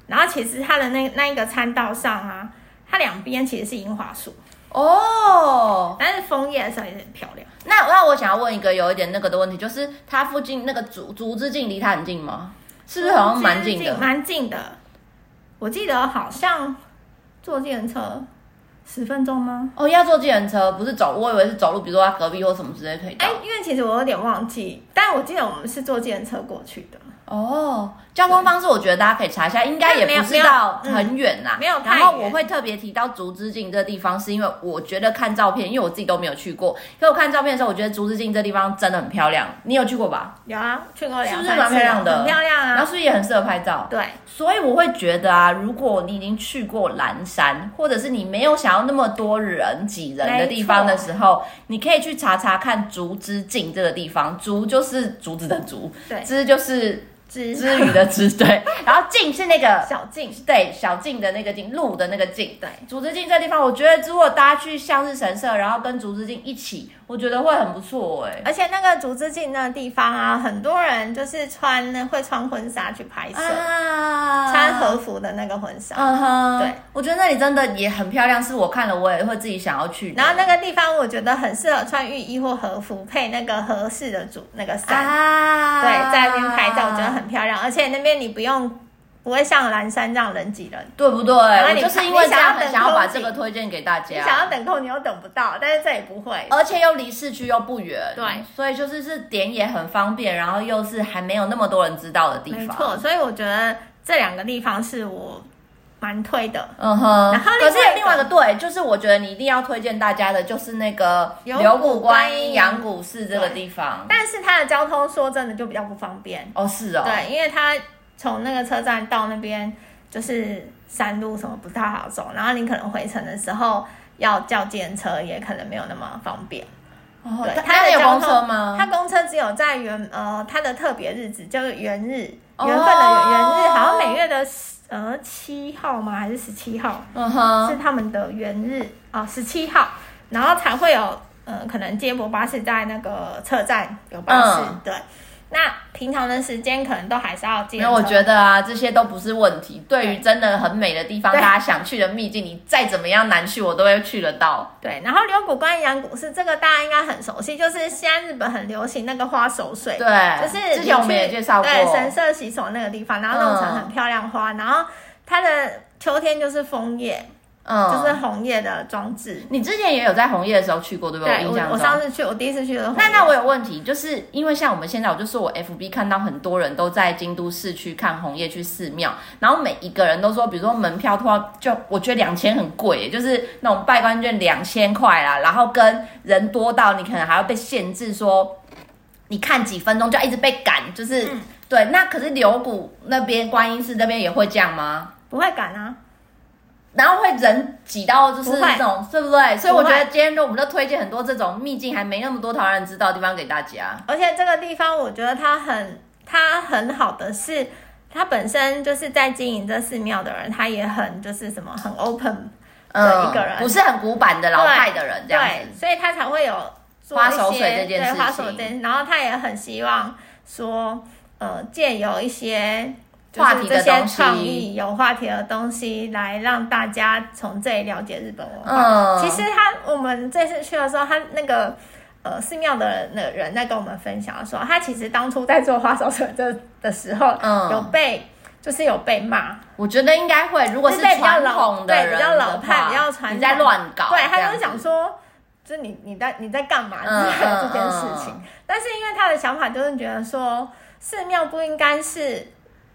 [SPEAKER 2] 然后其实它的那那一个参道上啊，它两边其实是樱花树，
[SPEAKER 1] 哦，
[SPEAKER 2] 但是枫叶的时候也是很漂亮，
[SPEAKER 1] 那那我想要问一个有一点那个的问题，就是它附近那个竹竹之径离它很近吗？是不是好像蛮近的？
[SPEAKER 2] 蛮近的，我记得好像坐电车十分钟吗？
[SPEAKER 1] 哦，要坐计程车，不是走，我以为是走路，比如说它隔壁或什么之类可以到
[SPEAKER 2] 哎。，因为其实我有点忘记，但我记得我们是坐电车过去的。
[SPEAKER 1] 哦，交通方式我觉得大家可以查一下，应该也不是到很远啦，
[SPEAKER 2] 没有没有嗯
[SPEAKER 1] 然
[SPEAKER 2] 没有
[SPEAKER 1] 后
[SPEAKER 2] 太远
[SPEAKER 1] 我会特别提到竹之径这地方，是因为我觉得看照片，因为我自己都没有去过，可我看照片的时候，我觉得竹之径这地方真的很漂亮。你有去过吧？
[SPEAKER 2] 有啊，去过两
[SPEAKER 1] 是不
[SPEAKER 2] 三
[SPEAKER 1] 是蛮
[SPEAKER 2] 次了，
[SPEAKER 1] 漂亮的
[SPEAKER 2] 很漂亮
[SPEAKER 1] 然后
[SPEAKER 2] 啊。
[SPEAKER 1] 是不是也很适合拍照？
[SPEAKER 2] 对，
[SPEAKER 1] 所以我会觉得啊，如果你已经去过蓝山，或者是你没有想要那么多人挤人的地方的时候，你可以去查查看竹之径这个地方。竹就是竹子的竹，
[SPEAKER 2] 对
[SPEAKER 1] 之就是
[SPEAKER 2] 只
[SPEAKER 1] 之语的之，对。然后径是那个
[SPEAKER 2] 小径，
[SPEAKER 1] 对小径的那个径，路的那个径。
[SPEAKER 2] 对，
[SPEAKER 1] 竹之径这地方，我觉得如果大家去向日神社，然后跟竹之径一起，我觉得会很不错哎、
[SPEAKER 2] 而且那个竹之径那个地方啊，很多人就是穿会穿婚纱去拍摄，
[SPEAKER 1] 啊
[SPEAKER 2] 穿和服的那个婚纱。
[SPEAKER 1] 嗯哼，
[SPEAKER 2] 对，
[SPEAKER 1] 我觉得那里真的也很漂亮，是我看了我也会自己想要去的。
[SPEAKER 2] 然后那个地方我觉得很适合穿浴衣或和服，配那个合适的主那个伞，
[SPEAKER 1] 啊，
[SPEAKER 2] 对，在那边拍照我觉得很漂亮。而且那边你不用不会像蓝山这样人挤人，
[SPEAKER 1] 对不对？
[SPEAKER 2] 后
[SPEAKER 1] 我
[SPEAKER 2] 你
[SPEAKER 1] 就是
[SPEAKER 2] 看
[SPEAKER 1] 因为这
[SPEAKER 2] 你想
[SPEAKER 1] 样，
[SPEAKER 2] 要
[SPEAKER 1] 很
[SPEAKER 2] 等
[SPEAKER 1] 想要把
[SPEAKER 2] 风
[SPEAKER 1] 这
[SPEAKER 2] 景
[SPEAKER 1] 个推荐给大
[SPEAKER 2] 你想
[SPEAKER 1] 家。
[SPEAKER 2] 要等空你又等不到，但是这里不会。
[SPEAKER 1] 而且又离市区又不远，
[SPEAKER 2] 对，
[SPEAKER 1] 所以就是是点也很方便，然后又是还没有那么多人知道的地方，
[SPEAKER 2] 没错，，所以我觉得这两个地方是我蛮推的。
[SPEAKER 1] 嗯哼。
[SPEAKER 2] 然后另
[SPEAKER 1] 可
[SPEAKER 2] 外
[SPEAKER 1] 是
[SPEAKER 2] 一个
[SPEAKER 1] 另外一个对，就是我觉得你一定要推荐大家的，就是那个
[SPEAKER 2] 有
[SPEAKER 1] 柳
[SPEAKER 2] 谷
[SPEAKER 1] 谷观
[SPEAKER 2] 观
[SPEAKER 1] 音
[SPEAKER 2] 音
[SPEAKER 1] 阳谷寺这个
[SPEAKER 2] 对
[SPEAKER 1] 地方。
[SPEAKER 2] 但是它的交通说真的就比较不方便，
[SPEAKER 1] 哦，是哦，
[SPEAKER 2] 对，因为它从那个车站到那边就是山路什么不太好走，然后你可能回程的时候要叫电车，也可能没有那么方便。
[SPEAKER 1] 哦
[SPEAKER 2] 对，
[SPEAKER 1] 它
[SPEAKER 2] 它
[SPEAKER 1] 它
[SPEAKER 2] 的
[SPEAKER 1] 有
[SPEAKER 2] 交
[SPEAKER 1] 公车
[SPEAKER 2] 通
[SPEAKER 1] 吗？
[SPEAKER 2] 它公车只有在原呃它的特别日子，就是元日，缘
[SPEAKER 1] 哦
[SPEAKER 2] 分的缘日，好像每月的呃七号吗？还是十七号？
[SPEAKER 1] 嗯哼，
[SPEAKER 2] 是他们的元日啊，十、七号，然后才会有呃，可能接驳巴士在那个车站有巴士，
[SPEAKER 1] 嗯
[SPEAKER 2] 对，那平常的时间可能都还是要进。
[SPEAKER 1] 没有，我觉得啊，这些都不是问题。对于
[SPEAKER 2] 对
[SPEAKER 1] 真的很美的地方，
[SPEAKER 2] 对
[SPEAKER 1] 大家想去的秘境，你再怎么样难去，我都会去得到。
[SPEAKER 2] 对。然后柳谷关羊谷市这个大家应该很熟悉，就是现在日本很流行那个花手水，
[SPEAKER 1] 对，
[SPEAKER 2] 就是
[SPEAKER 1] 之前我们也
[SPEAKER 2] 你去
[SPEAKER 1] 介绍过，
[SPEAKER 2] 对神社洗手那个地方，然后弄成很漂亮花，然后它的秋天就是枫叶，
[SPEAKER 1] 嗯，
[SPEAKER 2] 就是红叶的装置。
[SPEAKER 1] 你之前也有在红叶的时候去过，对不对？
[SPEAKER 2] 对
[SPEAKER 1] 我印
[SPEAKER 2] 我，我
[SPEAKER 1] 象
[SPEAKER 2] 上
[SPEAKER 1] 中。
[SPEAKER 2] 次去，我第一次去的时候。
[SPEAKER 1] 那那我有问题，就是因为像我们现在，我就说我 FB 看到很多人都在京都市区看红叶去寺庙，然后每一个人都说，比如说门票突然就我觉得两千很贵，就是那种拜关券两千块啦，然后跟人多到你可能还要被限制说，你看几分钟就要一直被赶，就是、
[SPEAKER 2] 嗯
[SPEAKER 1] 对。那可是柳谷那边观音寺那边也会这样吗？
[SPEAKER 2] 不会赶啊，
[SPEAKER 1] 然后会人挤到就是
[SPEAKER 2] 不会
[SPEAKER 1] 那种，对不对？所以我觉
[SPEAKER 2] 不
[SPEAKER 1] 得
[SPEAKER 2] 会
[SPEAKER 1] 今天就我们就推荐很多这种秘境还没那么多台湾人知道的地方给大家。
[SPEAKER 2] 而且这个地方我觉得它很它很好的是，它本身就是在经营这寺庙的人，他也很就是什么很 open
[SPEAKER 1] 嗯，
[SPEAKER 2] 一个人
[SPEAKER 1] 不是很古板的老派的人这样
[SPEAKER 2] 对
[SPEAKER 1] 子。，
[SPEAKER 2] 所以他才会有做
[SPEAKER 1] 花
[SPEAKER 2] 一
[SPEAKER 1] 手水
[SPEAKER 2] 些
[SPEAKER 1] 这件事
[SPEAKER 2] 对花手
[SPEAKER 1] 情
[SPEAKER 2] 这件事，然后他也很希望说，呃，借由一些。就
[SPEAKER 1] 话
[SPEAKER 2] 是
[SPEAKER 1] 题
[SPEAKER 2] 这
[SPEAKER 1] 的
[SPEAKER 2] 些
[SPEAKER 1] 东西
[SPEAKER 2] 创意有话题的东西，来让大家从这里了解日本文化。
[SPEAKER 1] 嗯，
[SPEAKER 2] 其实他我们这次去的时候，他那个呃寺庙的那个人在跟我们分享说，他其实当初在做花手水这的时候，
[SPEAKER 1] 嗯
[SPEAKER 2] 有被就是有被骂，
[SPEAKER 1] 我觉得应该会，如果是
[SPEAKER 2] 就是被比较
[SPEAKER 1] 传
[SPEAKER 2] 老
[SPEAKER 1] 统的人
[SPEAKER 2] 对比较老
[SPEAKER 1] 的话
[SPEAKER 2] 派比较传统
[SPEAKER 1] 你在乱搞，
[SPEAKER 2] 对，他
[SPEAKER 1] 这样
[SPEAKER 2] 就
[SPEAKER 1] 子
[SPEAKER 2] 是讲说。就是你你在你在干嘛之
[SPEAKER 1] 嗯
[SPEAKER 2] 类
[SPEAKER 1] 嗯
[SPEAKER 2] 的这件事情，
[SPEAKER 1] 嗯
[SPEAKER 2] 但是因为他的想法就是觉得说寺庙不应该是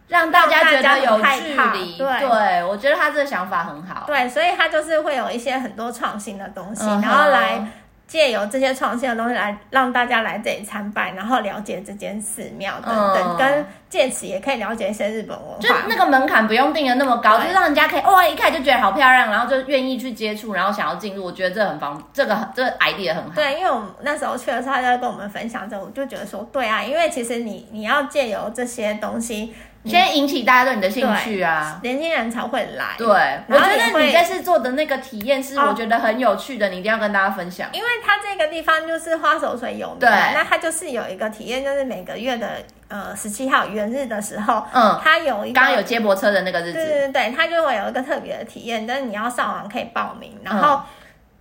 [SPEAKER 1] 让大家觉
[SPEAKER 2] 让大
[SPEAKER 1] 得
[SPEAKER 2] 家
[SPEAKER 1] 有
[SPEAKER 2] 很害
[SPEAKER 1] 距
[SPEAKER 2] 怕
[SPEAKER 1] 离。
[SPEAKER 2] 对
[SPEAKER 1] 对，我觉得他这个想法很好。
[SPEAKER 2] 对，所以他就是会有一些很多创新的东西，
[SPEAKER 1] 嗯哼
[SPEAKER 2] 然后来借由这些创新的东西来让大家来这里参拜，然后了解这间寺庙等等，
[SPEAKER 1] 嗯
[SPEAKER 2] 跟借此也可以了解一些日本文
[SPEAKER 1] 就
[SPEAKER 2] 化。
[SPEAKER 1] 那个门槛不用定的那么高，
[SPEAKER 2] 对
[SPEAKER 1] 就是让人家可以哇、一看就觉得好漂亮，然后就愿意去接触，然后想要进入。我觉得这很方，这个这个 idea 很好。
[SPEAKER 2] 对，因为我们那时候去的时候，他就在跟我们分享这个，我就觉得说，对啊，因为其实你你要借由这些东西，
[SPEAKER 1] 先引起大家对你的兴趣啊。
[SPEAKER 2] 年轻人才会来。
[SPEAKER 1] 对，我觉
[SPEAKER 2] 然后也
[SPEAKER 1] 得
[SPEAKER 2] 会
[SPEAKER 1] 你这次做的那个体验是
[SPEAKER 2] 哦
[SPEAKER 1] 我觉得很有趣的，你一定要跟大家分享。
[SPEAKER 2] 因为它这个地方就是花手水有名嘛，
[SPEAKER 1] 对
[SPEAKER 2] 那它就是有一个体验，就是每个月的呃十七号元日的时候，
[SPEAKER 1] 嗯
[SPEAKER 2] 它有一个
[SPEAKER 1] 刚刚有接驳车的那个日
[SPEAKER 2] 对
[SPEAKER 1] 子，
[SPEAKER 2] 对对，它就会有一个特别的体验，但是你要上网可以报名，然后、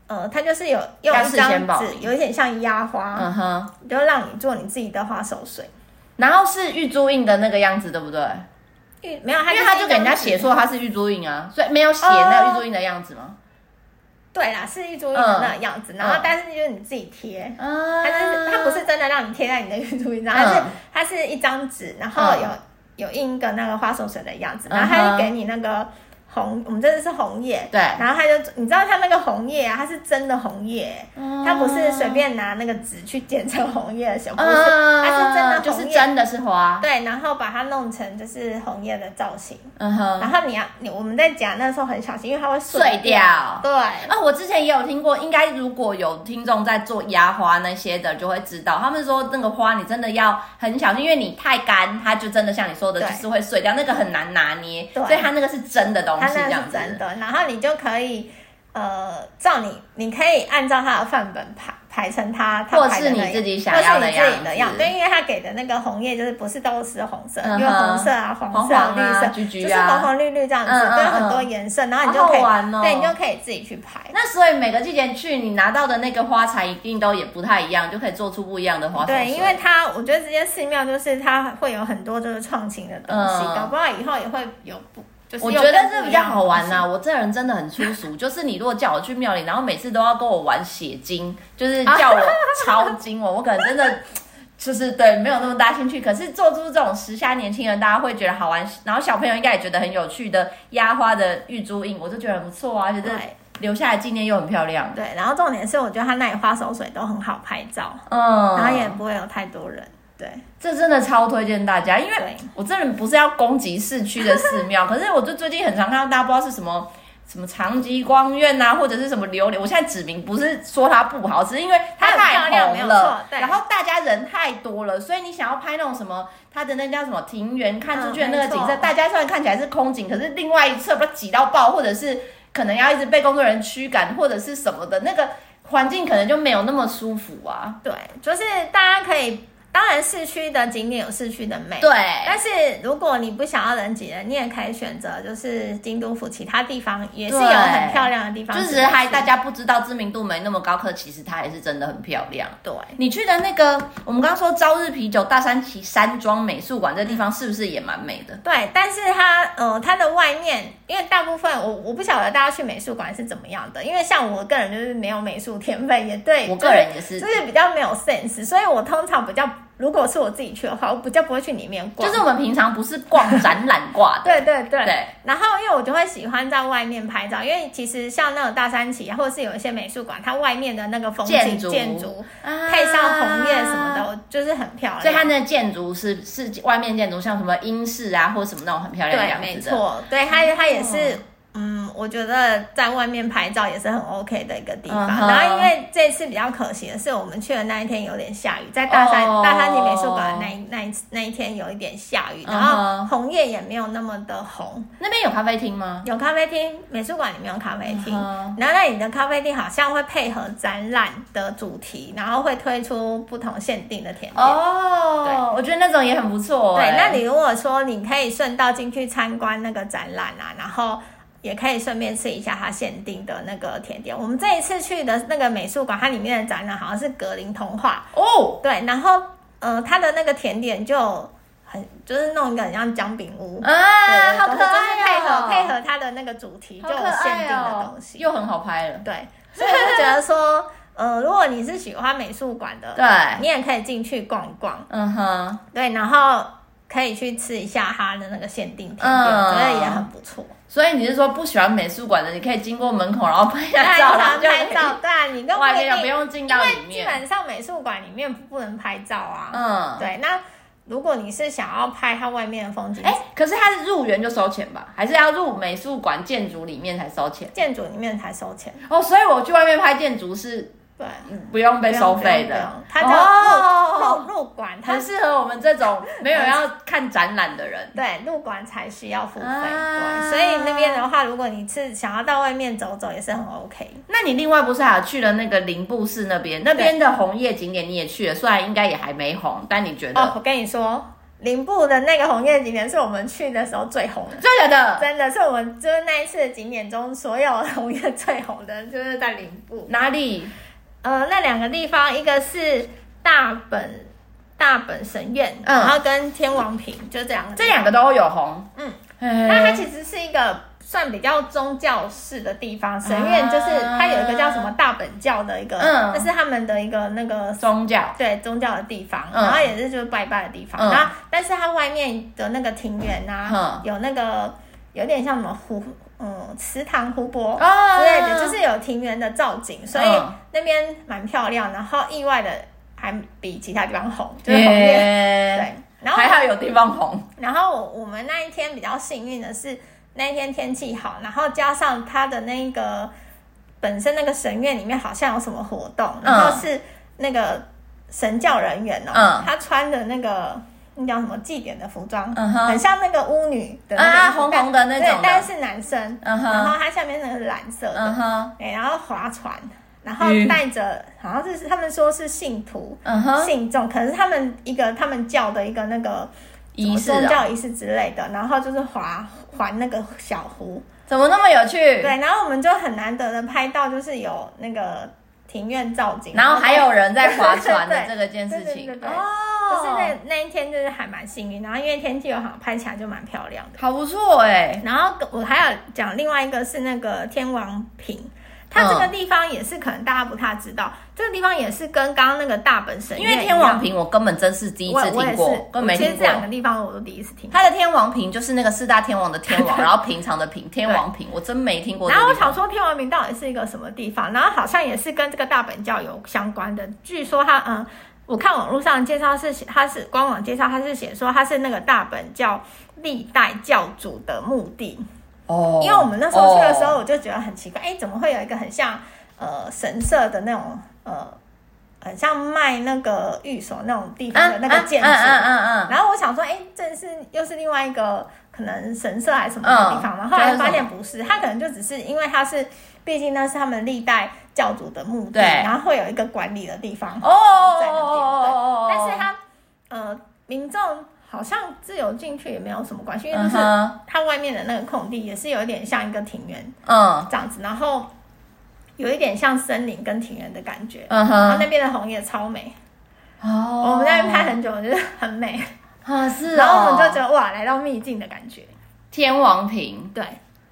[SPEAKER 2] 呃，它就是有
[SPEAKER 1] 嗯
[SPEAKER 2] 用
[SPEAKER 1] 要
[SPEAKER 2] 一
[SPEAKER 1] 事
[SPEAKER 2] 张
[SPEAKER 1] 先报
[SPEAKER 2] 纸，
[SPEAKER 1] 名
[SPEAKER 2] 有一点像压花，
[SPEAKER 1] 嗯哼，
[SPEAKER 2] 就让你做你自己的花手水。
[SPEAKER 1] 然后是玉珠印的那个样子，对不对？
[SPEAKER 2] 因为没有，它
[SPEAKER 1] 因为他
[SPEAKER 2] 是
[SPEAKER 1] 就
[SPEAKER 2] 一
[SPEAKER 1] 给人家
[SPEAKER 2] 张
[SPEAKER 1] 写
[SPEAKER 2] 纸
[SPEAKER 1] 说他是玉珠印啊，所以没有写那个玉珠印的样子吗？
[SPEAKER 2] 对啦，是一株印
[SPEAKER 1] 嗯
[SPEAKER 2] 的那个样子，然后
[SPEAKER 1] 嗯
[SPEAKER 2] 但是就是你自己贴。
[SPEAKER 1] 啊
[SPEAKER 2] 它就是它不是真的让你贴在你的玉珠印上，它是、
[SPEAKER 1] 嗯
[SPEAKER 2] 它是一张纸，然后有、有印一个那个花手水的样子，然后
[SPEAKER 1] 嗯
[SPEAKER 2] 它
[SPEAKER 1] 哼
[SPEAKER 2] 就给你那个红，我们这的是红叶，
[SPEAKER 1] 对
[SPEAKER 2] 然后它就你知道它那个红叶啊，它是真的红叶，
[SPEAKER 1] 哦
[SPEAKER 2] 它不是随便拿那个纸去剪成红叶的小，不是，
[SPEAKER 1] 嗯，
[SPEAKER 2] 它是真的
[SPEAKER 1] 就
[SPEAKER 2] 红
[SPEAKER 1] 是
[SPEAKER 2] 叶，
[SPEAKER 1] 真的是花，
[SPEAKER 2] 对，然后把它弄成就是红叶的造型。
[SPEAKER 1] 嗯哼，
[SPEAKER 2] 然后你要你我们在夹那时候很小心，因为它会
[SPEAKER 1] 碎掉
[SPEAKER 2] 对，
[SPEAKER 1] 啊，我之前也有听过，应该如果有听众在做压花那些的，就会知道，他们说那个花你真的要很小心，因为你太干，它就真的像你说的，就
[SPEAKER 2] 对
[SPEAKER 1] 是会碎掉，那个很难拿捏，
[SPEAKER 2] 对
[SPEAKER 1] 所以它那个是真的东
[SPEAKER 2] 它
[SPEAKER 1] 西，这
[SPEAKER 2] 那
[SPEAKER 1] 样
[SPEAKER 2] 是
[SPEAKER 1] 子。
[SPEAKER 2] 真的。然后你就可以呃，照你你可以按照它的范本排排成它，它
[SPEAKER 1] 或
[SPEAKER 2] 排的
[SPEAKER 1] 是
[SPEAKER 2] 那
[SPEAKER 1] 你
[SPEAKER 2] 样
[SPEAKER 1] 自己想要
[SPEAKER 2] 或
[SPEAKER 1] 的
[SPEAKER 2] 是你自己
[SPEAKER 1] 样
[SPEAKER 2] 的
[SPEAKER 1] 子
[SPEAKER 2] 样子。对，因为它给的那个红叶就是不是都是红色，
[SPEAKER 1] 嗯哼
[SPEAKER 2] 有红色啊、黄色、
[SPEAKER 1] 黄黄啊
[SPEAKER 2] 绿色，
[SPEAKER 1] 橘橘啊
[SPEAKER 2] 就是红红绿绿这样子，
[SPEAKER 1] 嗯嗯
[SPEAKER 2] 都有很
[SPEAKER 1] 嗯
[SPEAKER 2] 多颜色。然后你就可以
[SPEAKER 1] 好好玩哦
[SPEAKER 2] 对，你就可以自己去排。
[SPEAKER 1] 那所以每个季节去，你拿到的那个花材一定都也不太一样，就可以做出不一样的花手水。
[SPEAKER 2] 对，因为它，我觉得这些寺庙就是它会有很多就是创新的东西，
[SPEAKER 1] 嗯
[SPEAKER 2] 搞不好以后也会有不，就是
[SPEAKER 1] 我
[SPEAKER 2] 又
[SPEAKER 1] 觉得
[SPEAKER 2] 更
[SPEAKER 1] 这
[SPEAKER 2] 不
[SPEAKER 1] 比
[SPEAKER 2] 一
[SPEAKER 1] 较
[SPEAKER 2] 样的
[SPEAKER 1] 好玩
[SPEAKER 2] 东西
[SPEAKER 1] 呐、我这人真的很粗俗，就是你如果叫我去庙里，然后每次都要跟我玩写经， 就是叫我抄经我，我可能真的。就是对，没有那么大兴趣。可是做出这种时下年轻人大家会觉得好玩，然后小朋友应该也觉得很有趣的压花的玉珠印，我就觉得很不错啊，而且这
[SPEAKER 2] 对
[SPEAKER 1] 留下来纪念又很漂亮。
[SPEAKER 2] 对，然后重点是我觉得它那里花手水都很好拍照，
[SPEAKER 1] 嗯，
[SPEAKER 2] 然后也不会有太多人。对，
[SPEAKER 1] 这真的超推荐大家，因为
[SPEAKER 2] 对
[SPEAKER 1] 我这人不是要攻击市区的寺庙，可是我就最近很常看到大家不知道是什么什么长吉光院啊，或者是什么榴莲。我现在指名不是说它不好，只是因为它
[SPEAKER 2] 它
[SPEAKER 1] 太
[SPEAKER 2] 很漂亮没
[SPEAKER 1] 红
[SPEAKER 2] 有
[SPEAKER 1] 了
[SPEAKER 2] 错，对
[SPEAKER 1] 然后大家人太多了，所以你想要拍那种什么它的那叫什么庭园看出去的那个景
[SPEAKER 2] 嗯
[SPEAKER 1] 色，
[SPEAKER 2] 没错
[SPEAKER 1] 大家虽然看起来是空景，可是另外一侧不知道挤到爆，或者是可能要一直被工作人员驱赶，或者是什么的那个环境可能就没有那么舒服啊。
[SPEAKER 2] 对，就是大家可以当然市区的景点有市区的美，
[SPEAKER 1] 对
[SPEAKER 2] 但是如果你不想要人挤人，你也可以选择就是京都府其他地方也是有很漂亮的地方
[SPEAKER 1] 就
[SPEAKER 2] 值得去，
[SPEAKER 1] 是还大家不知道知名度没那么高，可其实它也是真的很漂亮。
[SPEAKER 2] 对。
[SPEAKER 1] 你去的那个，我们刚刚说朝日啤酒大山崎山庄美术馆这地方，是不是也蛮美的？
[SPEAKER 2] 对，但是它呃，它的外面，因为大部分我我不晓得大家去美术馆是怎么样的，因为像我个人就是没有美术天分，也对
[SPEAKER 1] 我个人也是
[SPEAKER 2] 就是比较没有 sense，所以我通常比较，如果是我自己去的话，我比较不会去里面逛，
[SPEAKER 1] 就是我们平常不是逛展览挂的，
[SPEAKER 2] 对对 对。
[SPEAKER 1] 对
[SPEAKER 2] 然后因为我就会喜欢在外面拍照，因为其实像那种大山崎或者是有一些美术馆，它外面的那个风景
[SPEAKER 1] 建筑啊
[SPEAKER 2] 配上红叶什么的，我就是很漂亮。
[SPEAKER 1] 所以它那个建筑是是外面建筑，像什么英式啊，或什么那种很漂亮的
[SPEAKER 2] 对，
[SPEAKER 1] 样
[SPEAKER 2] 没
[SPEAKER 1] 子哦的。
[SPEAKER 2] 错，对它它也是。嗯，我觉得在外面拍照也是很 OK 的一个地方。
[SPEAKER 1] 嗯哼
[SPEAKER 2] 然后因为这次比较可惜的是，我们去的那一天有点下雨，在大山、
[SPEAKER 1] 哦
[SPEAKER 2] 大山体美术馆的那一那一那一天有一点下雨，然后
[SPEAKER 1] 嗯哼
[SPEAKER 2] 红叶也没有那么的红。
[SPEAKER 1] 那边有咖啡厅吗？
[SPEAKER 2] 有咖啡厅，美术馆里面有咖啡厅，
[SPEAKER 1] 嗯
[SPEAKER 2] 然后那里的咖啡厅好像会配合展览的主题，然后会推出不同限定的甜点。
[SPEAKER 1] 哦，我觉得那种也很不错、
[SPEAKER 2] 对
[SPEAKER 1] 欸。，
[SPEAKER 2] 那你如果说你可以顺道进去参观那个展览啊，然后也可以顺便吃一下它限定的那个甜点。我们这一次去的那个美术馆，它里面的展览好像是格林童话，
[SPEAKER 1] 哦，
[SPEAKER 2] 对，然后呃，它的那个甜点就很就是弄一个很像姜饼屋。
[SPEAKER 1] 啊，
[SPEAKER 2] 对
[SPEAKER 1] 好可爱
[SPEAKER 2] 就是
[SPEAKER 1] 哦，
[SPEAKER 2] 配合配合它的那个主题，就
[SPEAKER 1] 好
[SPEAKER 2] 有
[SPEAKER 1] 可
[SPEAKER 2] 限
[SPEAKER 1] 爱
[SPEAKER 2] 定的
[SPEAKER 1] 哦
[SPEAKER 2] 东，西。
[SPEAKER 1] 又很好拍了。
[SPEAKER 2] 对，所以我就觉得说， 呃，如果你是喜欢美术馆的，
[SPEAKER 1] 对，
[SPEAKER 2] 你也可以进去逛一逛，
[SPEAKER 1] 嗯哼，
[SPEAKER 2] 对，然后可以去吃一下它的那个限定甜点，
[SPEAKER 1] 嗯
[SPEAKER 2] 我觉得也很不错。
[SPEAKER 1] 所以你是说不喜欢美术馆的，你可以经过门口然后拍一下
[SPEAKER 2] 对，
[SPEAKER 1] 照，
[SPEAKER 2] 你
[SPEAKER 1] 然后
[SPEAKER 2] 想
[SPEAKER 1] 就
[SPEAKER 2] 哎拍照，对啊，你都
[SPEAKER 1] 外
[SPEAKER 2] 不
[SPEAKER 1] 面
[SPEAKER 2] 一
[SPEAKER 1] 就不
[SPEAKER 2] 定，
[SPEAKER 1] 用进
[SPEAKER 2] 因
[SPEAKER 1] 到里
[SPEAKER 2] 为基
[SPEAKER 1] 面。
[SPEAKER 2] 本上美术馆里面不能拍照啊。
[SPEAKER 1] 嗯，
[SPEAKER 2] 对，那如果你是想要拍它外面的风景，
[SPEAKER 1] 哎、可是它是入园就收钱吧？还是要入美术馆建筑里面才收钱？
[SPEAKER 2] 建筑里面才收钱，
[SPEAKER 1] 哦，所以我去外面拍建筑是
[SPEAKER 2] 对。
[SPEAKER 1] 不用被收费
[SPEAKER 2] 不用不
[SPEAKER 1] 的
[SPEAKER 2] 用，它叫
[SPEAKER 1] 哦，
[SPEAKER 2] 入入入馆，它
[SPEAKER 1] 很适合我们这种没有要看展览的人。
[SPEAKER 2] 对，入馆才需要付费。
[SPEAKER 1] 啊
[SPEAKER 2] 对，所以那边的话，如果你是想要到外面走走，也是很 OK。
[SPEAKER 1] 那你另外不是还有去了那个林布市那边？那边的红叶景点你也去了，虽然应该也还没红，但你觉得？
[SPEAKER 2] 哦，我跟你说，林布的那个红叶景点是我们去的时候最红 的，
[SPEAKER 1] 真的假的？
[SPEAKER 2] 真的是我们就是那一次的景点中所有红叶最红的，就是在林布。
[SPEAKER 1] 哪里？
[SPEAKER 2] 呃，那两个地方，一个是大本大本神院，
[SPEAKER 1] 嗯
[SPEAKER 2] 然后跟天王坪，就这两个地方。
[SPEAKER 1] 这两个都有红。
[SPEAKER 2] 嗯
[SPEAKER 1] 嘿，
[SPEAKER 2] 那它其实是一个算比较宗教式的地方，神院就是它有一个叫什么大本教的一个，
[SPEAKER 1] 啊嗯
[SPEAKER 2] 那是他们的一个那个
[SPEAKER 1] 宗教。
[SPEAKER 2] 对宗教的地方，
[SPEAKER 1] 嗯
[SPEAKER 2] 然后也是就是拜拜的地方，
[SPEAKER 1] 嗯
[SPEAKER 2] 然后但是它外面的那个庭园啊，有那个有点像什么湖，嗯，池塘湖泊。
[SPEAKER 1] 哦
[SPEAKER 2] 之类的，就是有庭园的造景，所以
[SPEAKER 1] 嗯
[SPEAKER 2] 那边蛮漂亮，然后意外的还比其他地方红，就是红叶。
[SPEAKER 1] 耶
[SPEAKER 2] 对，，然后
[SPEAKER 1] 还好有地方红。
[SPEAKER 2] 然后我我们那一天比较幸运的是，那一天天气好，然后加上它的那个本身那个神院里面好像有什么活动，
[SPEAKER 1] 嗯
[SPEAKER 2] 然后是那个神教人员哦，
[SPEAKER 1] 嗯
[SPEAKER 2] 他穿的那个那叫什么祭典的服装，
[SPEAKER 1] 嗯哼
[SPEAKER 2] 很像那个巫女的那个
[SPEAKER 1] 啊，
[SPEAKER 2] 衣服
[SPEAKER 1] 红红的那
[SPEAKER 2] 对
[SPEAKER 1] 种，
[SPEAKER 2] 但
[SPEAKER 1] 的，
[SPEAKER 2] 是是男生，
[SPEAKER 1] 嗯哼
[SPEAKER 2] 然后他下面那个是蓝色的，
[SPEAKER 1] 嗯哼，
[SPEAKER 2] 对，然后划船，然后
[SPEAKER 1] 嗯
[SPEAKER 2] 带着好像是他们说是信徒。
[SPEAKER 1] 嗯哼，
[SPEAKER 2] 信众可能是他们一个他们教的一个那个
[SPEAKER 1] 仪式
[SPEAKER 2] 宗
[SPEAKER 1] 啊，
[SPEAKER 2] 教仪式之类的，然后就是划环那个小湖，
[SPEAKER 1] 怎么那么有趣
[SPEAKER 2] 对，？然后我们就很难得的拍到，就是有那个庭院造景，
[SPEAKER 1] 然后还有人在划船的
[SPEAKER 2] 对
[SPEAKER 1] 这个件事情
[SPEAKER 2] 对对对对
[SPEAKER 1] 哦，
[SPEAKER 2] 就是那那一天就是还蛮幸运，然后因为天气又好，拍起来就蛮漂亮的。
[SPEAKER 1] 好不错哎，
[SPEAKER 2] 然后我还有讲另外一个是那个天王坪。它这个地方也是可能大家不太知道，这个地方也是跟刚刚那个大本神
[SPEAKER 1] 因
[SPEAKER 2] 院一
[SPEAKER 1] 为天
[SPEAKER 2] 样，
[SPEAKER 1] 王坪我根本真是第一
[SPEAKER 2] 我
[SPEAKER 1] 次
[SPEAKER 2] 我也
[SPEAKER 1] 听
[SPEAKER 2] 是
[SPEAKER 1] 过，根本没
[SPEAKER 2] 其实
[SPEAKER 1] 听
[SPEAKER 2] 这两
[SPEAKER 1] 过
[SPEAKER 2] 个。地方我都第一次听。
[SPEAKER 1] 它的天王坪就是那个四大天王的天 王，然后平常的平天王坪，我真没听过这
[SPEAKER 2] 然
[SPEAKER 1] 个地
[SPEAKER 2] 后
[SPEAKER 1] 方。
[SPEAKER 2] 我想说，天王明到底是一个什么地方？然后好像也是跟这个大本教有相关的。据说它，嗯，我看网络上介绍是写，它是官网介绍，它是写说它是那个大本教历代教主的墓地。
[SPEAKER 1] 哦，
[SPEAKER 2] 因为我们那时候去的时候，
[SPEAKER 1] 哦，
[SPEAKER 2] 我就觉得很奇怪，哎、怎么会有一个很像呃神社的那种呃，很像卖那个玉手那种地方的那个建筑？
[SPEAKER 1] 嗯嗯嗯嗯，
[SPEAKER 2] 然后我想说，哎，这是又是另外一个可能神社还是什么的地方嘛？
[SPEAKER 1] 嗯
[SPEAKER 2] 后来
[SPEAKER 1] 就是
[SPEAKER 2] 发
[SPEAKER 1] 什么
[SPEAKER 2] 现不是，他可能就只是因为他是，毕竟那是他们历代教主的墓地，
[SPEAKER 1] 对
[SPEAKER 2] 然后会有一个管理的地方
[SPEAKER 1] 哦哦
[SPEAKER 2] 在那边
[SPEAKER 1] 哦哦哦哦哦
[SPEAKER 2] 对但是他呃民众好像自由进去也没有什么关系，因为就
[SPEAKER 1] 嗯
[SPEAKER 2] 是
[SPEAKER 1] 哼，
[SPEAKER 2] 它外面的那个空地也是有点像一个庭院
[SPEAKER 1] 嗯
[SPEAKER 2] 这样子，然后有一点像森林跟庭院的感觉。
[SPEAKER 1] 嗯
[SPEAKER 2] 然后
[SPEAKER 1] 哼，
[SPEAKER 2] 那边的红叶超美，
[SPEAKER 1] 哦
[SPEAKER 2] 我们在那边拍很久，我觉得很美。
[SPEAKER 1] 啊是哦，
[SPEAKER 2] 然后我们就觉得哇，来到秘境的感觉。
[SPEAKER 1] 天王坪，
[SPEAKER 2] 对